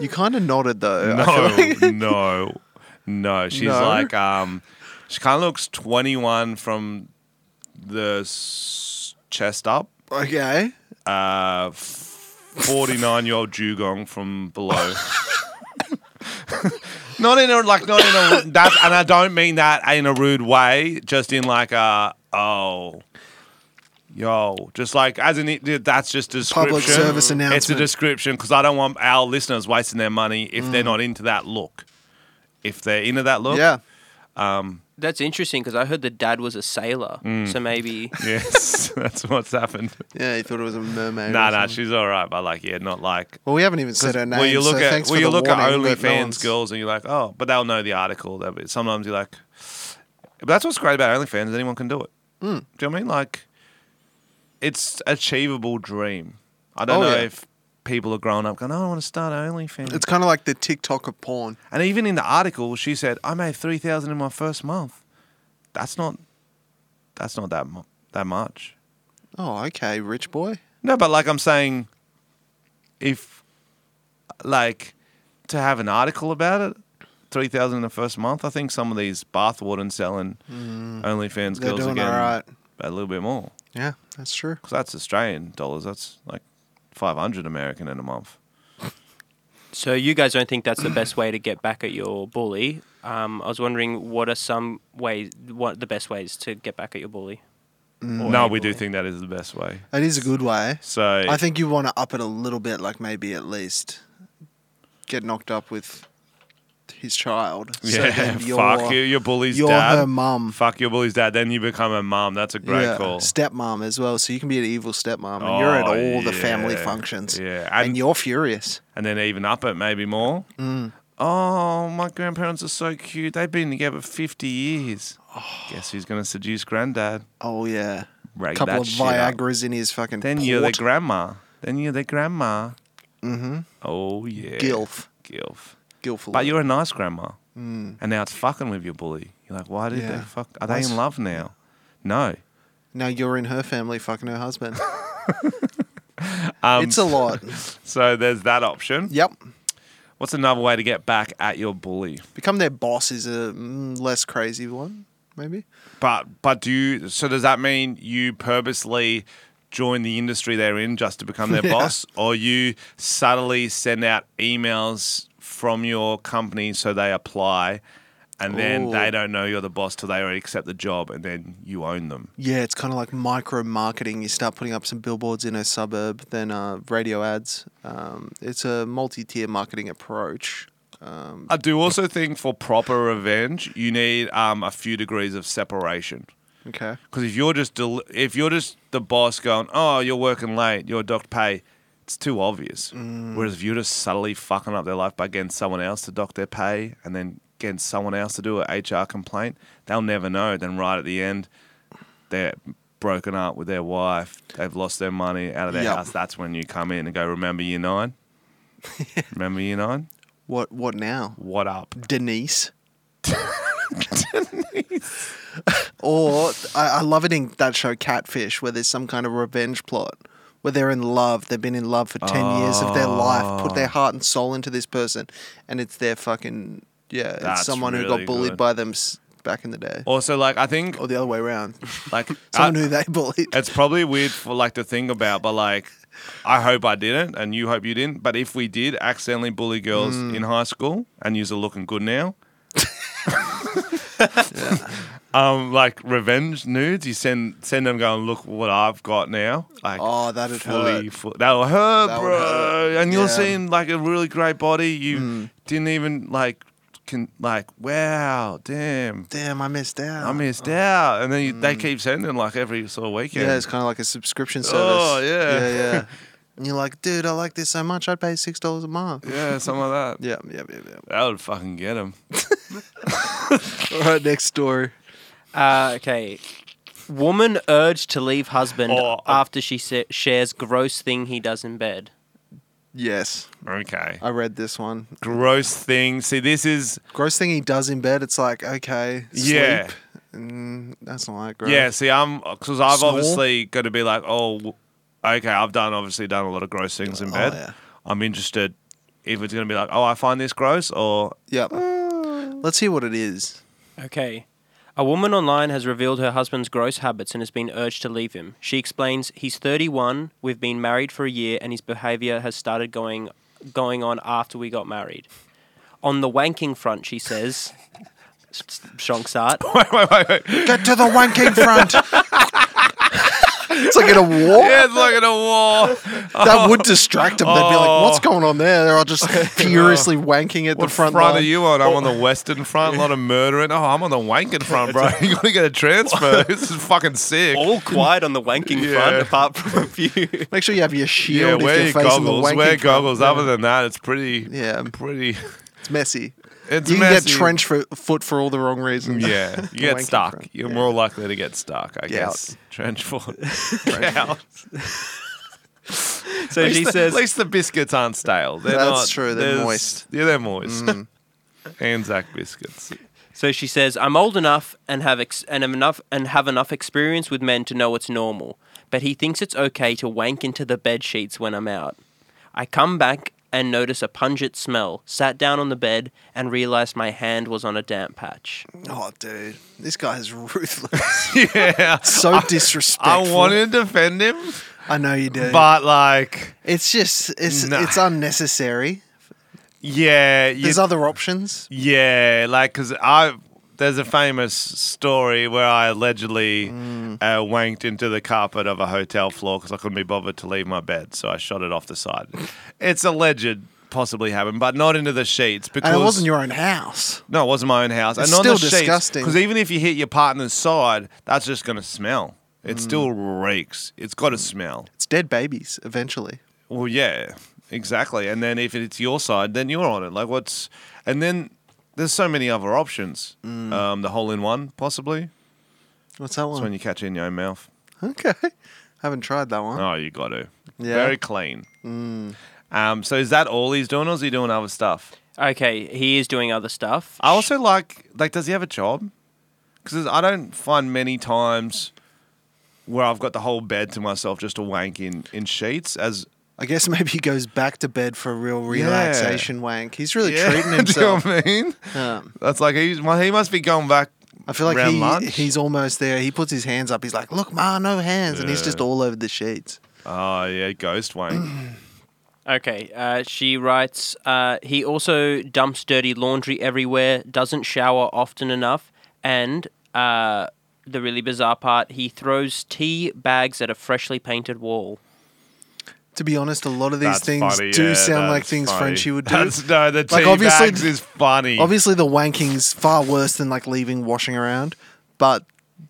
You kind of nodded though. I feel like-
No, no, no. She's
No?
like, um, she kind of looks 21 from the s- chest up.
okay.
Uh, 49 year old dugong from below. not in a like, not in a that, and I don't mean that in a rude way. Just in like a oh. Yo, just like as in it, that's just a description.
Public service
It's a
announcement.
description because I don't want our listeners wasting their money if they're not into that look. If they're into that look,
Mm. Yeah.
That's interesting because I heard the dad was a sailor,
Mm.
so maybe
yes, that's what's happened.
Yeah, he thought it was a mermaid.
Nah,
or
nah,
something.
she's all right, but like, yeah, not like
well, we haven't even said her name.
Well, you look
so
at
thanks
well,
for
you
the
look at
warning, but no
OnlyFans
one's-
girls, and you're like, oh, but they'll know the article. They'll be- Sometimes you're like, but that's what's great about OnlyFans. is Anyone can do it.
Hmm.
Do you know what I mean like, it's achievable dream. I don't
Oh,
know
yeah.
if people are growing up going, oh, I want to start OnlyFans.
It's kind of like the TikTok of porn.
and even in the article, she said, I made three thousand in my first month. That's not, that's not that mu- that much.
Oh, okay, rich boy.
No, but like I'm saying, if like to have an article about it, three thousand in the first month. I think some of these bath wardens selling OnlyFans
Mm. They're
girls
doing
again
alright.
a little bit more
Yeah, that's true.
because that's Australian dollars. That's like five hundred American in a month.
So you guys don't think that's the best way to get back at your bully? Um, I was wondering what are some ways, what the best ways to get back at your bully?
Mm.
Or
no,
any
we do
bully?
think that is the best way.
That is a good way.
So
I think you want to up it a little bit, like maybe at least get knocked up with his child. So
yeah,
then you're-
fuck you, your bully's
you're
dad.
her mum.
Fuck your bully's dad. Then you become a mum. That's a great
yeah,
call.
stepmom as well. So you can be an evil stepmom, and you're at
Oh,
all the family
yeah,
functions.
yeah.
and,
And-
you're furious.
and then even up it maybe more.
Mm.
Oh, my grandparents are so cute. They've been together 50 years. Guess who's going to seduce granddad?
Oh yeah,
Rake
couple
that
of
shit up.
Viagra's in his fucking
Then
port.
you're the grandma. Then you're the grandma. Mm-hmm. Oh, yeah.
Gilf.
Gilf.
Gilf
But you're a nice grandma. And now it's fucking with your bully. You're like, why did they
Yeah.
fuck? Are
Why's-
they in love now? No.
now you're in her family, fucking her husband.
Um,
it's a lot.
so there's that option.
yep.
What's another way to get back at your bully?
Become their boss is a mm, less crazy one, maybe.
But but do you so does that mean you purposely join the industry they're in just to become their
Yeah.
boss or you subtly send out emails from your company so they apply and then
Ooh.
they don't know you're the boss till they already accept the job and then you own them.
Yeah, it's kind of like micro marketing. You start putting up some billboards in a suburb, then uh, radio ads. Um, it's a multi tier marketing approach. Um,
I do also think for proper revenge you need um, a few degrees of separation.
okay.
Because if you're just del- if you're just the boss going, oh, you're working late, you're docked pay, it's too obvious.
Mm.
Whereas if you're just subtly fucking up their life by getting someone else to dock their pay and then getting someone else to do an HR complaint, they'll never know. Then right at the end, they're broken up with their wife, they've lost their money out of their
Yep.
house. That's when you come in and go, remember year nine? remember year nine?
What What now?
What up?
Denise. Denise. or I, I love it in that show Catfish, where there's some kind of revenge plot. Where they're in love, they've been in love for ten years of their life, put their heart and soul into this person, and it's their fucking yeah,
That's
it's someone who
really
got bullied
good.
by them s- back in the day,
Also, like, I think,
or the other way around.
like,
Someone
I-
who they bullied.
it's probably weird for like to think about, but like, I hope I didn't, and you hope you didn't. But if we did accidentally bully girls
Hmm.
in high school, and yous are looking good now, um, like revenge nudes, you send send them going, look what I've got now, like.
Oh, that'd
Fully,
hurt.
fu- that'll hurt,
That would
bro.
hurt.
And you're
Yeah. Hmm.
seeing like a really great body. You didn't even like, can like, wow, damn,
Damn, I missed out.
I missed out. And then you, they keep sending like every sort of weekend.
Hmm. yeah, it's kind of like a subscription service.
Oh, yeah.
yeah, yeah. and you're like, dude, I like this so much, I'd pay six dollars a month.
Yeah, something like that.
Yeah, yeah, yeah, yeah.
That would fucking get him.
All right, next story.
Uh, okay. Woman urged to leave husband
Oh, I-
after she sa- shares gross thing he does in bed.
Yes,
Okay.
I read this one.
Gross thing. See, this is
Gross thing he does in bed. It's like okay, sleep.
Yeah.
Mm, that's not that gross.
yeah. See, I'm because I've
Snore?
obviously got to be like, oh, w- okay. I've done obviously done a lot of gross things in
Oh,
bed.
yeah.
I'm interested if it's gonna be like, oh, I find this gross, or
Yep. Let's hear what it is.
Okay. A woman online has revealed her husband's gross habits and has been urged to leave him. She explains, "He's 31, we've been married for a year and his behavior has started going going on after we got married." On the wanking front, she says, strong start.
wait, wait, wait, wait.
Get to the wanking front. it's like in a war.
yeah, it's like in a war.
That would distract them. They'd be like, "What's going on there?" They're all just furiously wanking
Oh. What
at the front,
front,
line. Oh.
are you on? I'm on the western front. A lot of murdering. Oh, I'm on the wanking front, bro. you gotta get a transfer. this is fucking sick.
All quiet on the wanking
Yeah.
front apart from a few.
Make sure you have your
Yeah,
shield if
wear
you're
your
facing
goggles.
the wanking
Wear
front.
goggles. Other than that, it's pretty.
Yeah.
pretty.
It's messy.
It's
you can
messy.
get trench fo- foot for all the wrong reasons.
Yeah, you
wanking
get stuck.
front,
You're more likely to get stuck, I
Gout.
guess. Trench foot. Gout.
So
At
she
least the- at
says,
least the biscuits aren't stale. They're
That's
not-
true, they're
there's-
moist. Mm.
Yeah, they're moist. Anzac biscuits.
So she says, "I'm old enough and have ex- and am enough and have enough experience with men to know it's normal, but he thinks it's okay to wank into the bed sheets when I'm out. I come back and notice a pungent smell. Sat down on the bed and realized my hand was on a damp patch.
Oh, dude, this guy is ruthless.
yeah.
so disrespectful.
I want to defend him,
I know you do.
but like,
it's just it's
Nah.
it's unnecessary.
yeah, you,
There's other options.
yeah, like, cause I there's a famous story where I allegedly
Mm.
uh, wanked into the carpet of a hotel floor because I couldn't be bothered to leave my bed, so I shot it off the side. it's alleged. Possibly happened, but not into the sheets because
And it wasn't your own house.
No, it wasn't my own house.
It's
and on
still
the
disgusting.
Because even if you hit your partner's side, that's just going to smell. It
Mm.
still reeks. It's got to smell.
It's dead babies eventually.
Well, yeah, exactly. And then if it's your side, then you're on it. Like, what's. And then there's so many other options.
Mm.
Um, the hole in one, possibly.
What's that
It's when
one?
you catch it in your own mouth.
Okay. Haven't tried that one.
Oh, you got to.
Yeah. Mm.
Very clean. Um, so is that all he's doing, or is he doing other stuff?
Okay, he is doing other stuff.
I also like like does he have a job? Because I don't find many times where I've got the whole bed to myself just to wank in in sheets as
I guess maybe he goes back to bed for a real relaxation wank. He's really
Yeah,
treating himself.
Do you know what I mean?
Um,
That's like he's well, he must be going back.
I feel like
around
he,
lunch.
he's almost there. He puts his hands up. He's like, "Look, ma, no hands," and he's just all over the sheets.
Oh yeah, ghost wank.
Okay, uh, she writes, uh, he also dumps dirty laundry everywhere, doesn't shower often enough, and uh, the really bizarre part, he throws tea bags at a freshly painted wall.
To be honest, a lot of these
That's
things
funny,
do
yeah,
sound like
that's
things
funny.
Frenchie would do.
That's, no, the tea
Like, obviously-
bags is funny.
Obviously, the wanking's far worse than like leaving washing around, but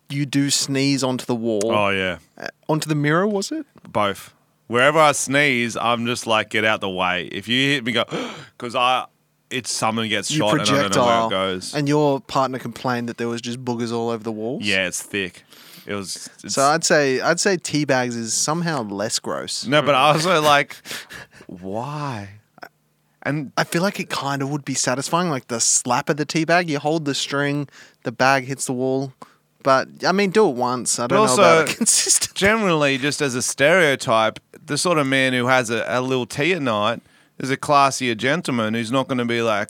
you do sneeze onto the wall,
oh yeah,
Uh, onto the mirror. Was it?
both. Wherever I sneeze, I'm just like get out the way. If you hit me, go because I it's someone gets
You
shot and I don't know where
projectile,
it goes.
and your partner complained that there was just boogers all over the walls.
yeah, it's thick. It was. It's,
So I'd say I'd say tea bags is somehow less gross.
No, but I also like, why? And
I feel like it kind of would be satisfying, like the slap of the tea bag. You hold the string, the bag hits the wall. But I mean, do it once. I don't
also-
know about it consistently.
generally, just as a stereotype, the sort of man who has a, a little tea at night is a classier gentleman who's not going to be like,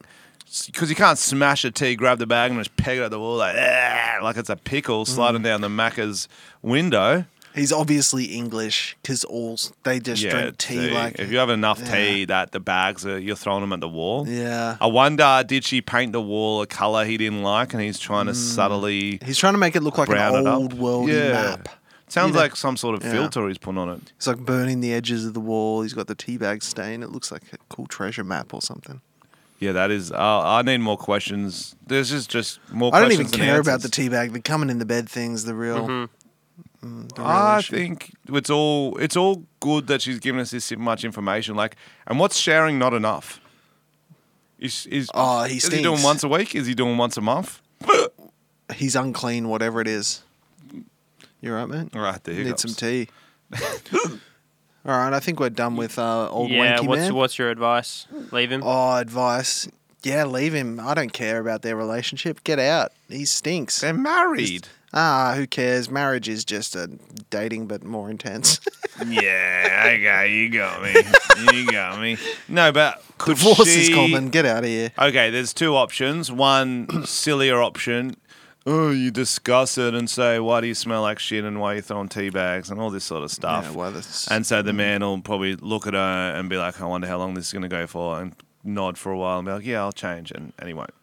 because you can't smash a tea, grab the bag, and just peg it at the wall like, "Ah," like it's a
Mm.
pickle sliding down the Macca's window.
He's obviously English because all s- they just drink tea.
tea.
Like,
if you have enough
yeah.
tea that the bags are, you're throwing them at the wall.
yeah,
I wonder, did she paint the wall a color he didn't like, and he's trying to subtly
he's trying to make it look Mm. like
brown
an
it
old
up.
worldy map.
Sounds
You know?
like some sort of
Yeah.
filter he's put on it.
It's like burning the edges of the wall. He's got the tea bag stain. It looks like a cool treasure map or something.
Yeah, that is. Uh, I need more questions. This is just more.
I don't even
questions than
care about the
answers.
tea bag. The coming in the bed thing's the real. mm, the real
I
issue.
think it's all it's all good that she's given us this much information. Like, and what's sharing not enough? Is is
Oh, he
is he doing
stinks.
once a week? Is he doing once a month?
he's unclean, whatever it is. You right, mate?
All right, there you go.
Need some tea. All right, I think we're done with uh, old
yeah,
wanky
what's
man.
what's your advice? Leave him.
Oh, advice. Yeah, leave him. I don't care about their relationship. Get out. He stinks.
They're married.
ah, who cares? Marriage is just a dating but more intense.
Yeah, okay, you got me. You got me. No, but could
Divorce is
she-
common. Get out of here.
Okay, there's two options. One sillier option. Oh, you discuss it and say, why do you smell like shit and why are you throwing tea bags and all this sort of stuff.
Yeah, well, that's-
and so the Mm. man will probably look at her and be like, I wonder how long this is going to go for and nod for a while and be like, yeah, I'll change. And, and he won't.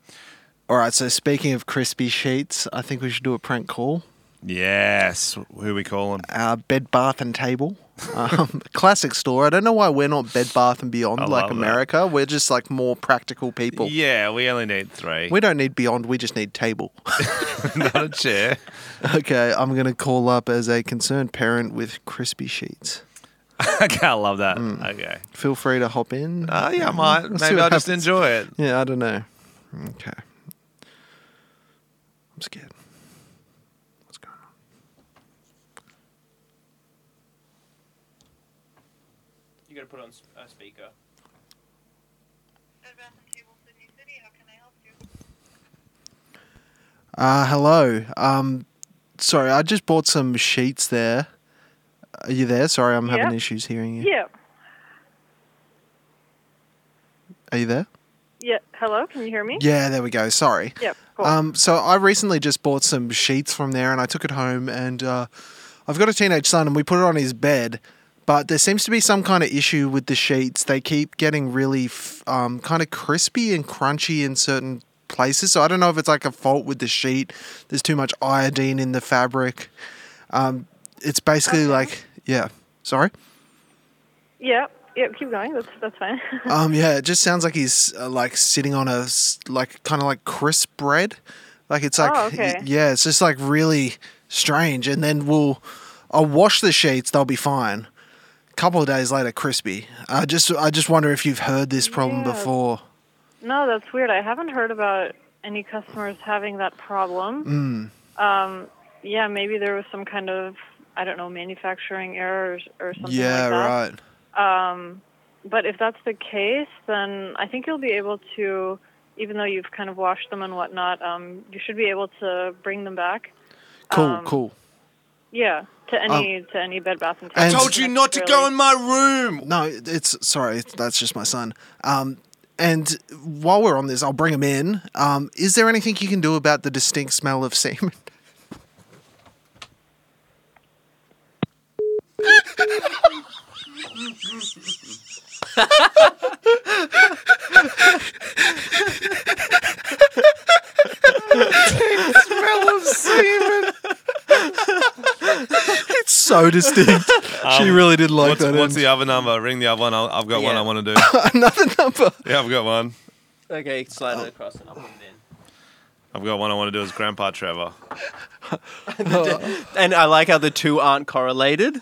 All right. So speaking of crispy sheets, I think we should do a prank call.
Yes. Who we calling?
uh, Bed Bath and Table, um, classic store. I don't know why we're not Bed Bath and Beyond
I
like
love that.
America. We're just like more practical people.
Yeah, we only need three.
We don't need Beyond. We just need Table.
Not a chair.
okay, I'm gonna call up as a concerned parent with crispy sheets.
okay, I love that. Okay.
Feel free to hop in.
Oh, Mm. yeah, I might.
Let's see
Maybe
what
I'll just
happens.
enjoy it.
Yeah, I don't know. Okay, I'm scared. What's going on?
You gotta put on a speaker.
Bed Bath and Table, Sydney City. How can I help you?
Uh, hello. Um, sorry, I just bought some sheets there. Are you there? Sorry, I'm
Yeah.
having issues hearing you.
Yeah.
Are you there?
Yeah. Hello. Can you hear me?
Yeah, there we go. Sorry.
Yeah. Cool.
Um, so I recently just bought some sheets from there, and I took it home, and uh, I've got a teenage son, and we put it on his bed. But there seems to be some kind of issue with the sheets. They keep getting really f- um, kind of crispy and crunchy in certain places. So I don't know if it's like a fault with the sheet. There's too much iodine in the fabric. Um, it's basically like, yeah. Sorry.
yeah. Yeah. Keep going. That's that's fine.
Um, yeah, it just sounds like he's uh, like sitting on a s- like kind of like crisp bread, like it's like
Oh, okay.
yeah, it's just like really strange. And then we'll I'll wash the sheets; they'll be fine. couple of days later, crispy. I just I just wonder if you've heard this problem
Yeah.
before.
no, that's weird. I haven't heard about any customers having that problem.
Mm.
Um. Yeah. Maybe there was some kind of I don't know manufacturing error or, or something
yeah,
like that.
right.
Um, but if that's the case, then I think you'll be able to, even though you've kind of washed them and whatnot, um, you should be able to bring them back.
Cool,
Um,
cool.
Yeah, to any
Um,
to any Bed Bath and
I
Table.
told
necessarily.
my room.
Um, No, it's sorry. it's- That's just my son. Um, and while we're on this, I'll bring him in. Um, is there anything you can do about the distinct smell of semen? It's so distinct. she really did like
What's,
that.
what's
end.
the other number? Ring the other one. I'll, I've got one
Yeah.
I want to do.
Another number.
yeah, I've got one.
Okay, slide it across and I'll put it
I've got one I want to do as Grandpa Trevor.
in. And I like how the two aren't correlated.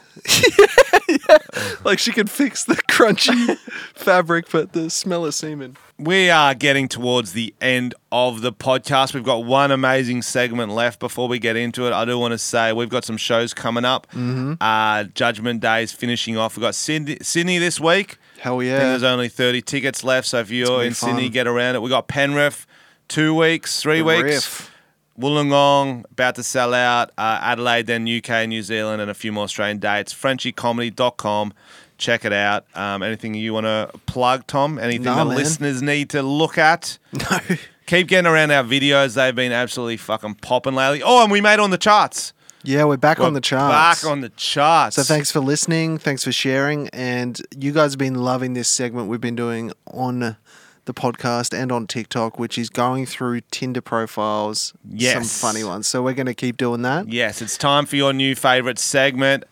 Like she can fix the crunchy fabric, but the smell of semen.
We are getting towards the end of the podcast. We've got one amazing segment left before we get into it. I do want to say we've got some shows coming up.
Mm-hmm.
Uh, Judgment Day is finishing off. We've got Sydney, Sydney this week.
Hell
I think
yeah.
there's only 30 tickets left. So if you're
be
in Sydney,
fun.
get around it. We've got Penrith, two weeks, three weeks.
Riff.
Wollongong, about to sell out. Uh, Adelaide, then UK, New Zealand, and a few more Australian dates. FrenchieComedy.com. Check it out. Um, anything you want to plug, Tom? Anything
Nah,
the
man.
listeners need to look at?
No.
Keep getting around our videos. They've been absolutely fucking popping lately. Oh, and we made it on the charts.
Yeah, we're back
We're
on the charts.
Back on the charts.
so thanks for listening. Thanks for sharing. And you guys have been loving this segment we've been doing on the podcast and on TikTok, which is going through Tinder profiles.
Yes.
Some funny ones. So we're going to keep doing that.
Yes, it's time for your new favorite segment,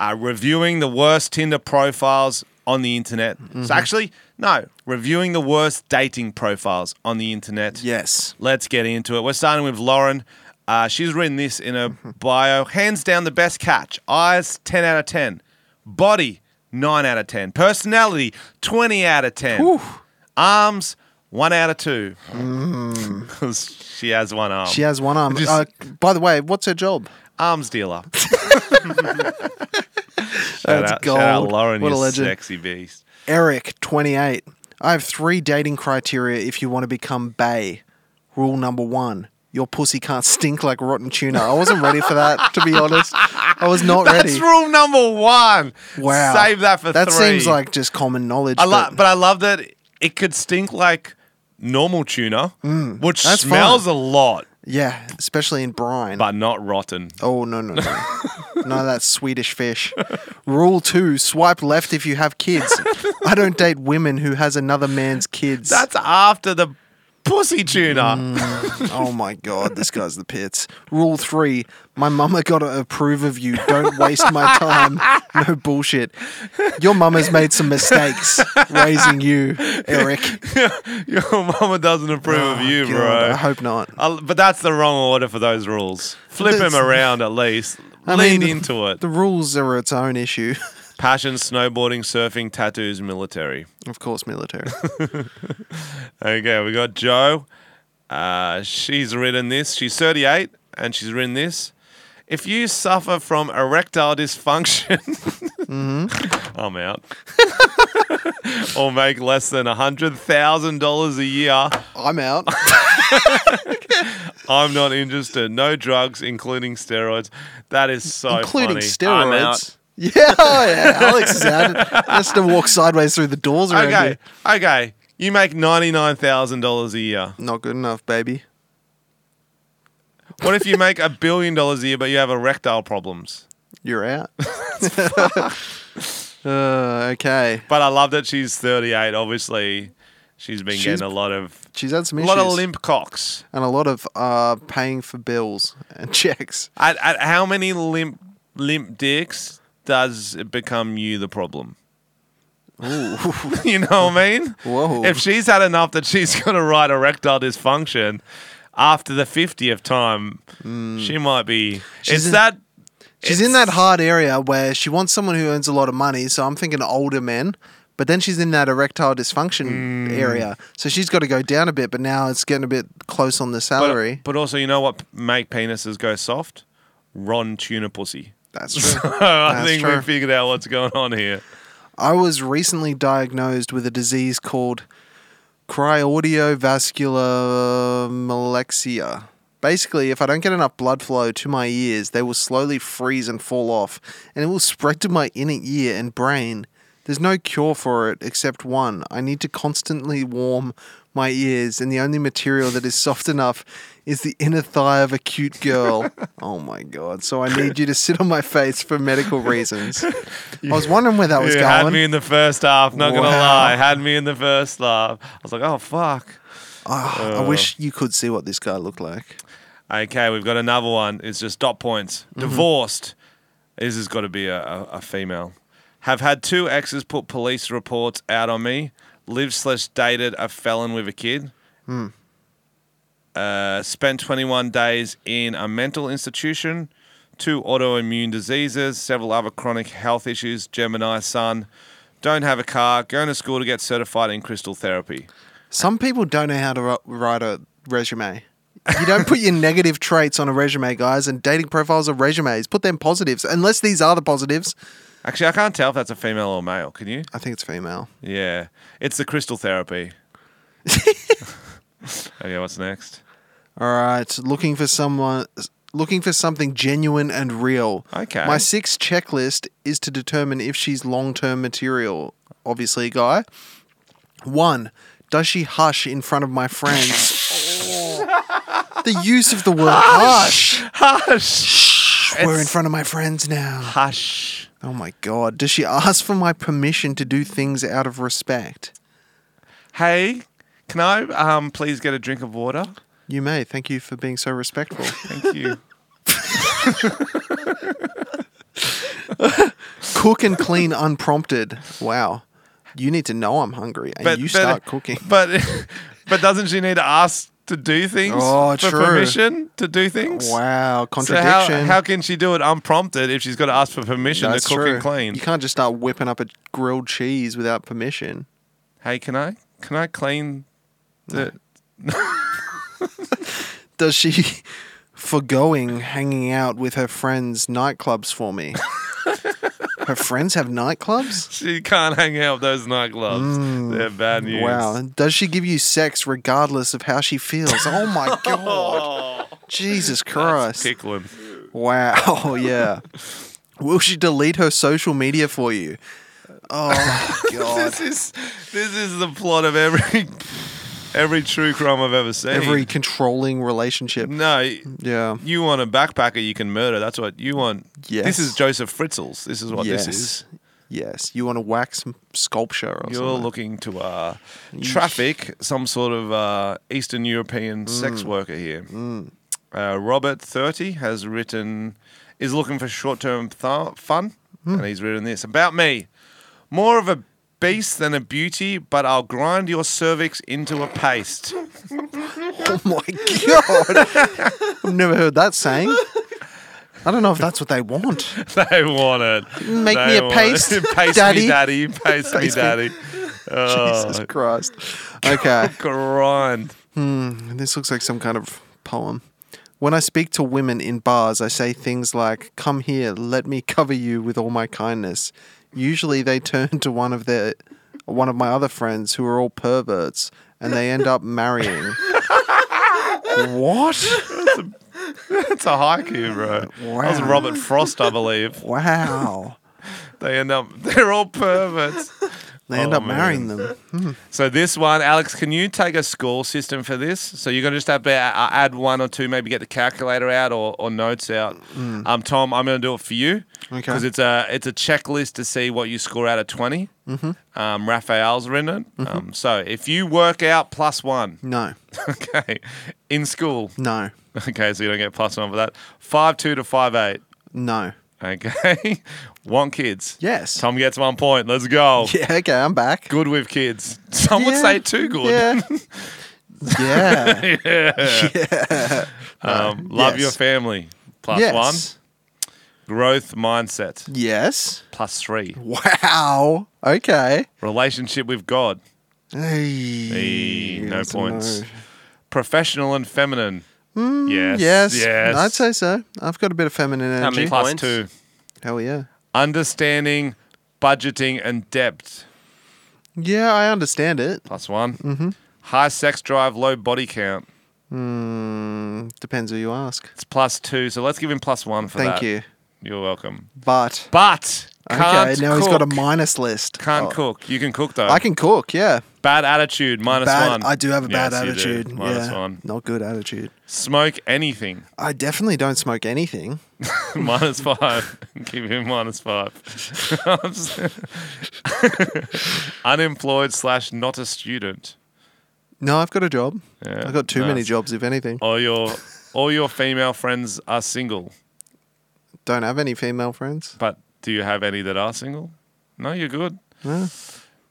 uh, reviewing the worst Tinder profiles on the internet.
Mm-hmm.
So actually, no, reviewing the worst dating profiles on the internet.
Yes.
Let's get into it. We're starting with Lauren. Uh, she's written this in her bio. Hands down, the best catch. Eyes, 10 out of 10. Body, 9 out of 10. Personality, 20 out of 10. Arms, 1 out of 2. 'Cause she has one arm.
Hmm. She has one arm.
Just-
uh, by the way, what's her job?
Arms dealer. Shout
That's
out, shout out
gold.
Lauren,
What a
you
legend.
sexy beast.
Eric, 28. I have three dating criteria if you want to become Bay. Rule number one your pussy can't stink like rotten tuna. I wasn't ready for that, to be honest. I was not
That's
ready.
rule number one.
Wow.
Save that for
That
three.
seems like just common knowledge.
I
but-
love, but I love that it could stink like normal tuna, which
Mm, that's
smells a lot,
yeah, especially in brine.
but not rotten.
Oh no no no. no, that's Swedish fish. Rule two, swipe left if you have kids. I don't date women who has another man's kids.
That's after the pussy tuna.
oh my god, this guy's the pits. Rule three, my mama gotta approve of you. Don't waste my time. No bullshit. Your mama's made some mistakes raising you, Eric. Oh
Your mama doesn't approve of you,
God,
bro.
I hope not.
I'll- but that's the wrong order for those rules. Flip
That's-
him around at least.
I
Lean
mean,
into it.
The rules are its own issue.
Passion, snowboarding, surfing, tattoos, military.
Of course, military.
Okay, we got Joe. Uh, she's written this. She's 38 and she's written this. If you suffer from erectile dysfunction,
Mm-hmm.
I'm out, or make less than $100,000 a year,
I'm out.
I'm not interested. No drugs, including steroids. That is so
including
funny.
steroids.
I'm out.
Yeah, oh, yeah, Alex is out. He has to walk sideways through the doors around
Okay,
here.
okay. You make $99,000 a year.
Not good enough, baby.
What if you make a billion dollars a year, but you have erectile problems?
You're out. uh, okay.
But I love that she's 38. Obviously, she's been
She's-
getting a lot of
She's had some
a
issues.
lot of limp cocks.
and a lot of uh, paying for bills and checks.
At, at how many limp limp dicks does it become you the problem? you know what I mean?
Whoa.
If she's had enough that she's going to write erectile dysfunction after the 50th time, she might be.
Mm. She's
it's
in-
that.
She's in
it's-
that hard area where she wants someone who earns a lot of money, so I'm thinking older men. But then she's in that erectile dysfunction area, so she's got to go down a bit. But now it's getting a bit close on the salary.
But, but also, you know what p- make penises go soft? Ron tuna pussy.
That's true.
I
That's
think we
true.
figured out what's going on here.
I was recently diagnosed with a disease called cryaudiovascular malexia. Basically, if I don't get enough blood flow to my ears, they will slowly freeze and fall off, and it will spread to my inner ear and brain. There's no cure for it except one. I need to constantly warm my ears, and the only material that is soft enough is the inner thigh of a cute girl. oh my god. So I need you to sit on my face for medical reasons. I was wondering where that was
Yeah,
going.
had me in the first half. Not gonna
Wow.
lie, had me in the first half. I was like, oh fuck.
Ah, I
uh.
wish you could see what this guy looked like.
Okay, we've got another one. It's just dot points. Divorced. This has got to be a, a, a female. Have had two exes put police reports out on me. Lived slash dated a felon with a kid. Uh, spent 21 days in a mental institution. Two autoimmune diseases, several other chronic health issues. Gemini son. Don't have a car. Going to school to get certified in crystal therapy.
Some people don't know how to ri- write a resume. You don't put your negative traits on a resume, guys, and dating profiles are resumes. Put them positives, unless these are the positives.
Actually, I can't tell if that's a female or male. Can you?
I think it's female.
Yeah, it's the crystal therapy. okay, what's next?
All right, looking for someone, looking for something genuine and real.
Okay.
My sixth checklist is to determine if she's long-term material. Obviously, guy. One, does she hush in front of my friends? Oh. the use of the word hush.
Hush,
We're in front of my friends now.
hush.
Oh my god. Does she ask for my permission to do things out of respect?
Hey, can I um please get a drink of water?
You may. Thank you for being so respectful.
Thank you.
Cook and clean unprompted. Wow. You need to know I'm hungry and you start cooking.
But but doesn't she need to ask to do things
Oh,
for
true.
permission to do things? So
Wow,
how,
contradiction.
how can she do it unprompted if she's got to ask for permission
That's
to cook
true.
and clean?
You can't just start whipping up a grilled cheese without permission.
Hey, can I can I clean the
Does she forgoing hanging out with her friends' nightclubs for me? her friends have nightclubs?
She can't hang out with those nightclubs.
Mm.
They're bad news.
Wow. Does she give you sex regardless of how she feels? Oh my god. Jesus Christ.
Tickling.
Wow. Yeah. Will she delete her social media for you? Oh my god.
This is this is the plot of every every true crime I've ever seen.
Every controlling relationship.
no,
Yeah.
you want a backpacker you can murder. That's what you want.
Yes.
This is Joseph Fritzels. This is what
yes.
this is.
Yes. You want to wax some sculpture or
You're
something.
looking to uh, traffic some sort of uh, Eastern
Mm.
European sex worker here. Uh, Robert Thirty has written is looking for short term th- fun,
Hmm.
and he's written this about me: more of a beast than a beauty, but I'll grind your cervix into a paste.
Oh my god. I've never heard that saying. I don't know if that's what they want.
they want it.
Make
They
me a
want
paste,
it. paste
daddy.
me, daddy. Paste, me,
Paste me.
daddy. Oh,
Jesus Christ. Okay.
grind.
This looks like some kind of poem. When I speak to women in bars, I say things like, Come here, let me cover you with all my kindness. Usually they turn to one of their one of my other friends who are all perverts and they end up marrying. what?
That's a haiku, bro. That was
Wow.
Robert Frost, I believe.
Wow.
They end up, they're all perverts.
They end
Oh,
up marrying them.
So this one, Alex, can you take a score system for this? So you're gonna just have to a- a- add one or two, maybe get the calculator out or, or notes out. Um, Tom, I'm gonna do it for you
Mm. Okay.
because it's a it's a checklist to see what you score out of 20. Mm-hmm. Um, Raphael's written it.
Mm-hmm.
Um, so if you work out plus one,
No.
okay, in school,
No.
okay, so you don't get plus one for that. Five two to five eight,
No.
okay. Want kids?
Yes.
Tom gets one point. Let's go.
Yeah, okay, I'm back.
Good with kids. Some would
Yeah,
say too good.
Yeah. yeah.
Um, love
Yes.
your family. Plus
yes.
one. Growth mindset.
Yes.
Plus three.
Wow. Okay.
Relationship with God.
Hey,
Hey, no
that's a
points.
no.
Professional and feminine. yes.
Mm, Yes.
Yes.
I'd say so. I've got a bit of feminine
How
energy.
many
Plus
Points.
two.
Hell yeah.
Understanding, budgeting, and debt.
Yeah, I understand it.
Plus one. Mm-hmm. High sex drive, low body count.
Mm, depends who you ask.
It's plus two. So let's give him plus one for
Thank
that.
you.
You're welcome.
But
But can't
okay, now
cook.
he's got a minus list.
Can't
Oh,
cook. You can cook though.
I can cook. Yeah.
Bad attitude. minus
Bad.
one.
I do have a bad
Yes, you do.
attitude.
Minus
yeah.
one.
Not good attitude.
Smoke anything.
I definitely don't smoke anything.
minus five. Give him minus five. I'm s- Unemployed slash not a student.
No, I've got a job.
Yeah,
I've got too many
nice.
jobs, if anything.
All your all your female friends are single,
Don't have any female friends.
but do you have any that are single? No, you're good.
Yeah.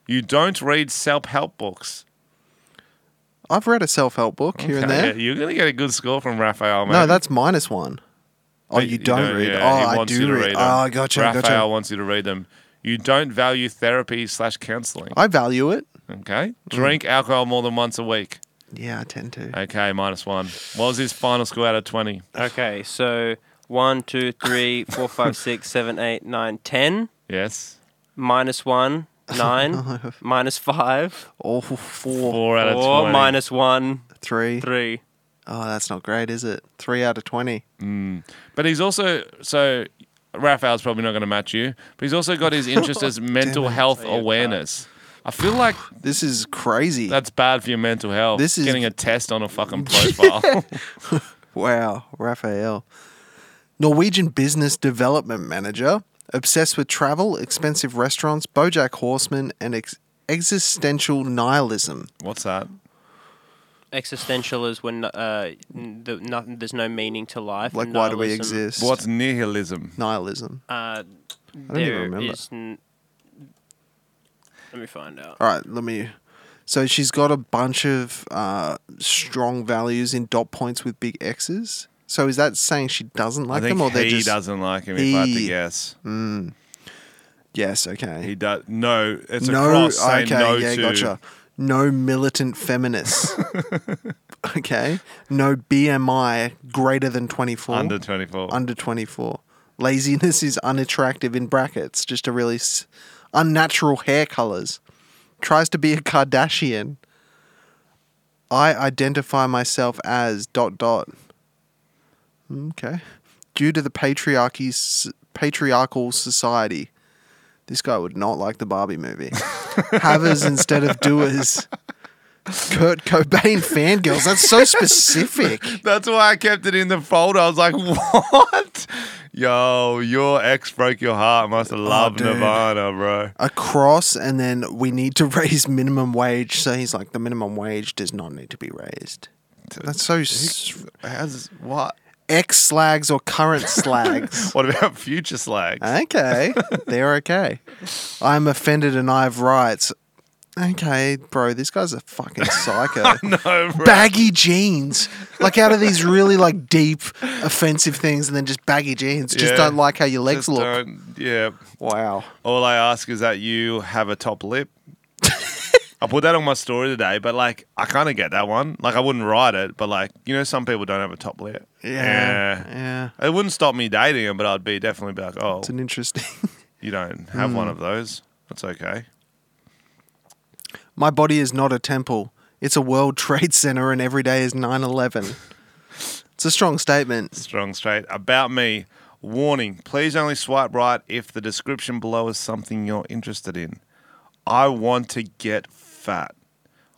You don't read self help books.
I've read a self help book here and
Okay,
there.
You're gonna get a good score from Raphael, man.
No, that's minus one. Oh,
But
you don't read.
yeah, he
oh, I
wants you
do
to
read.
them.
Oh, gotcha,
Raphael
gotcha.
wants you to read them. You don't value therapy slash counselling.
I value it. Mm.
Okay. Drink alcohol more than once a week.
Yeah, I tend to.
Okay, minus one. What was his final score out of 20?
Okay, so one, two, three, four, five, six, seven, eight, nine, ten.
Yes.
Minus one, nine. minus five.
All Oh, four, four,
Four out of
Or
20.
minus one,
three.
three.
Oh, that's not great, is it? Three out of twenty.
But he's also, so Raphael's probably not going to match you, but he's also got his
Oh,
interest as mental health awareness. I feel like
This is crazy.
that's bad for your mental health.
This is-
Getting a test on a fucking profile.
wow, Raphael, Norwegian business development manager, obsessed with travel, expensive restaurants, BoJack Horseman, and ex- existential nihilism.
What's that?
Existential is when uh, n- the, nothing, there's no meaning to life.
Like, why do we
Nihilism,
exist?
What's nihilism?
nihilism?
Uh,
even
there
remember.
is n- Let me find out.
All right, let me. So she's got a bunch of uh, strong values in dot points with big X's. So is that saying she doesn't
I
like
think
them, or they're
he
just
doesn't like him, if I had to
He- Mm.
guess.
yes? Okay,
He does. No, it's a
no.
cross saying
Okay,
no
yeah,
to.
gotcha. No militant feminists. okay, no BMI greater than twenty four.
Under 24.
under twenty four. Laziness is unattractive in brackets. Just to really s- unnatural hair colors. Tries to be a Kardashian. I identify myself as dot dot. Okay. Due to the patriarchy's patriarchal society, this guy would not like the Barbie movie. Havers instead of doers. Kurt Cobain fangirls. That's so specific.
That's why I kept it in the folder. I was like, what? Yo, your ex broke your heart. Must have loved
Oh, dude.
Nirvana, bro.
Across, and then we need to raise minimum wage. So he's like, the minimum wage does not need to be raised. That's so s-
How's what?
ex slags or current slags.
What about future slags?
Eh? Okay, they're okay. I'm offended and I have rights. Okay, bro, this guy's a fucking psycho.
no, bro.
baggy jeans, like out of these really like deep, offensive things, and then just baggy jeans. Just
Yeah.
don't like how your legs
Just
look.
don't- Yeah.
Wow.
All I ask is that you have a top lip. I put that on my story today, but like, I kind of get that one. Like, I wouldn't write it, but like, you know, some people don't have a top lip.
Yeah. Yeah.
It wouldn't stop me dating him, but I'd be definitely be like, oh,
It's Hmm. an interesting.
you don't have one of those. That's okay.
My body is not a temple. It's a World Trade Center, and every day is 9 11. It's a strong statement.
Strong straight. About me. Warning please only swipe right if the description below is something you're interested in. I want to get fat.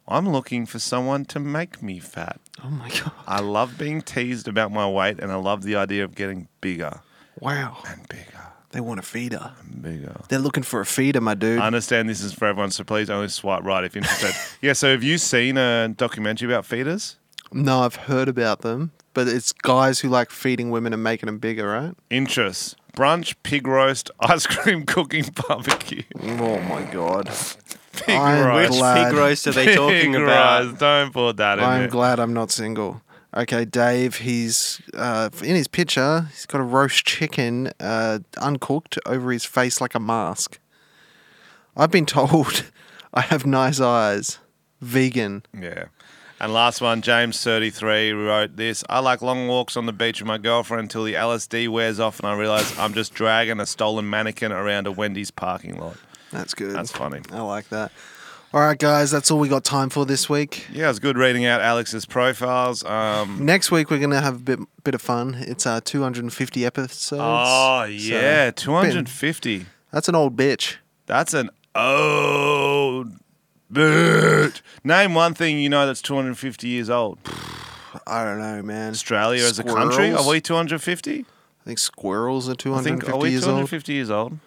I'm looking for someone to make me fat.
Oh my God.
I love being teased about my weight and I love the idea of getting bigger
Wow.
and bigger
They want a feeder.
and bigger.
They're looking for a feeder, my dude.
I understand this is for everyone, so please only swipe right if interested. yeah, so have you seen a documentary about feeders?
No, I've heard about them, but it's guys who like feeding women and making them bigger, right?
Interests brunch, pig roast, ice cream, cooking, barbecue.
Oh my God.
Pig
I'm
roast.
glad-
Pig roast are they talking
Big
about?
rise. Don't put that in
I'm
it.
glad I'm not single. Okay, Dave, he's uh, in his picture, he's got a roast chicken uh, uncooked over his face like a mask. I've been told I have nice eyes. Vegan.
yeah. And last one, James thirty three wrote this. I like long walks on the beach with my girlfriend until the LSD wears off and I realize I'm just dragging a stolen mannequin around a Wendy's parking lot.
That's good.
That's funny.
I like that. All right, guys, that's all we got time for this week.
Yeah, it's good reading out Alex's profiles. Um,
Next week, we're going to have a bit, bit of fun. It's uh, our 250 episodes.
oh
So,
yeah, two hundred and fifty.
that's an old bitch.
That's an old boot. Name one thing you know that's 250 years old.
I don't know, man.
Australia as a country?
Squirrels?
Are we 250?
I think squirrels are
I think,
250
are we
years old.
250 years old?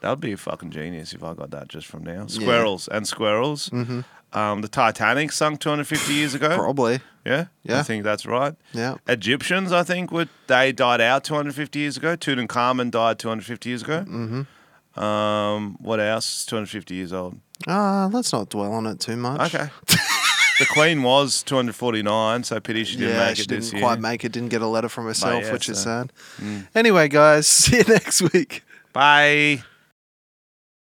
That would be fucking genius if I got that just from now. Squirrels and squirrels. Mm-hmm. Um, the Titanic sunk 250 years ago.
Probably.
Yeah,
Yeah.
I think that's right.
Yeah.
Egyptians, I think, were they died out 250 years ago. Tutankhamun died 250 years ago. Mm-hmm. Um, what else? is 250 years old.
Ah, let's not dwell on it too much.
Okay. the Queen was 249, so pity she didn't
yeah,
make
she
it
didn't
this
quite
year.
make it. Didn't get a letter from herself,
yeah, mm.
which is
so-
sad. Anyway, guys, see you next week.
Bye.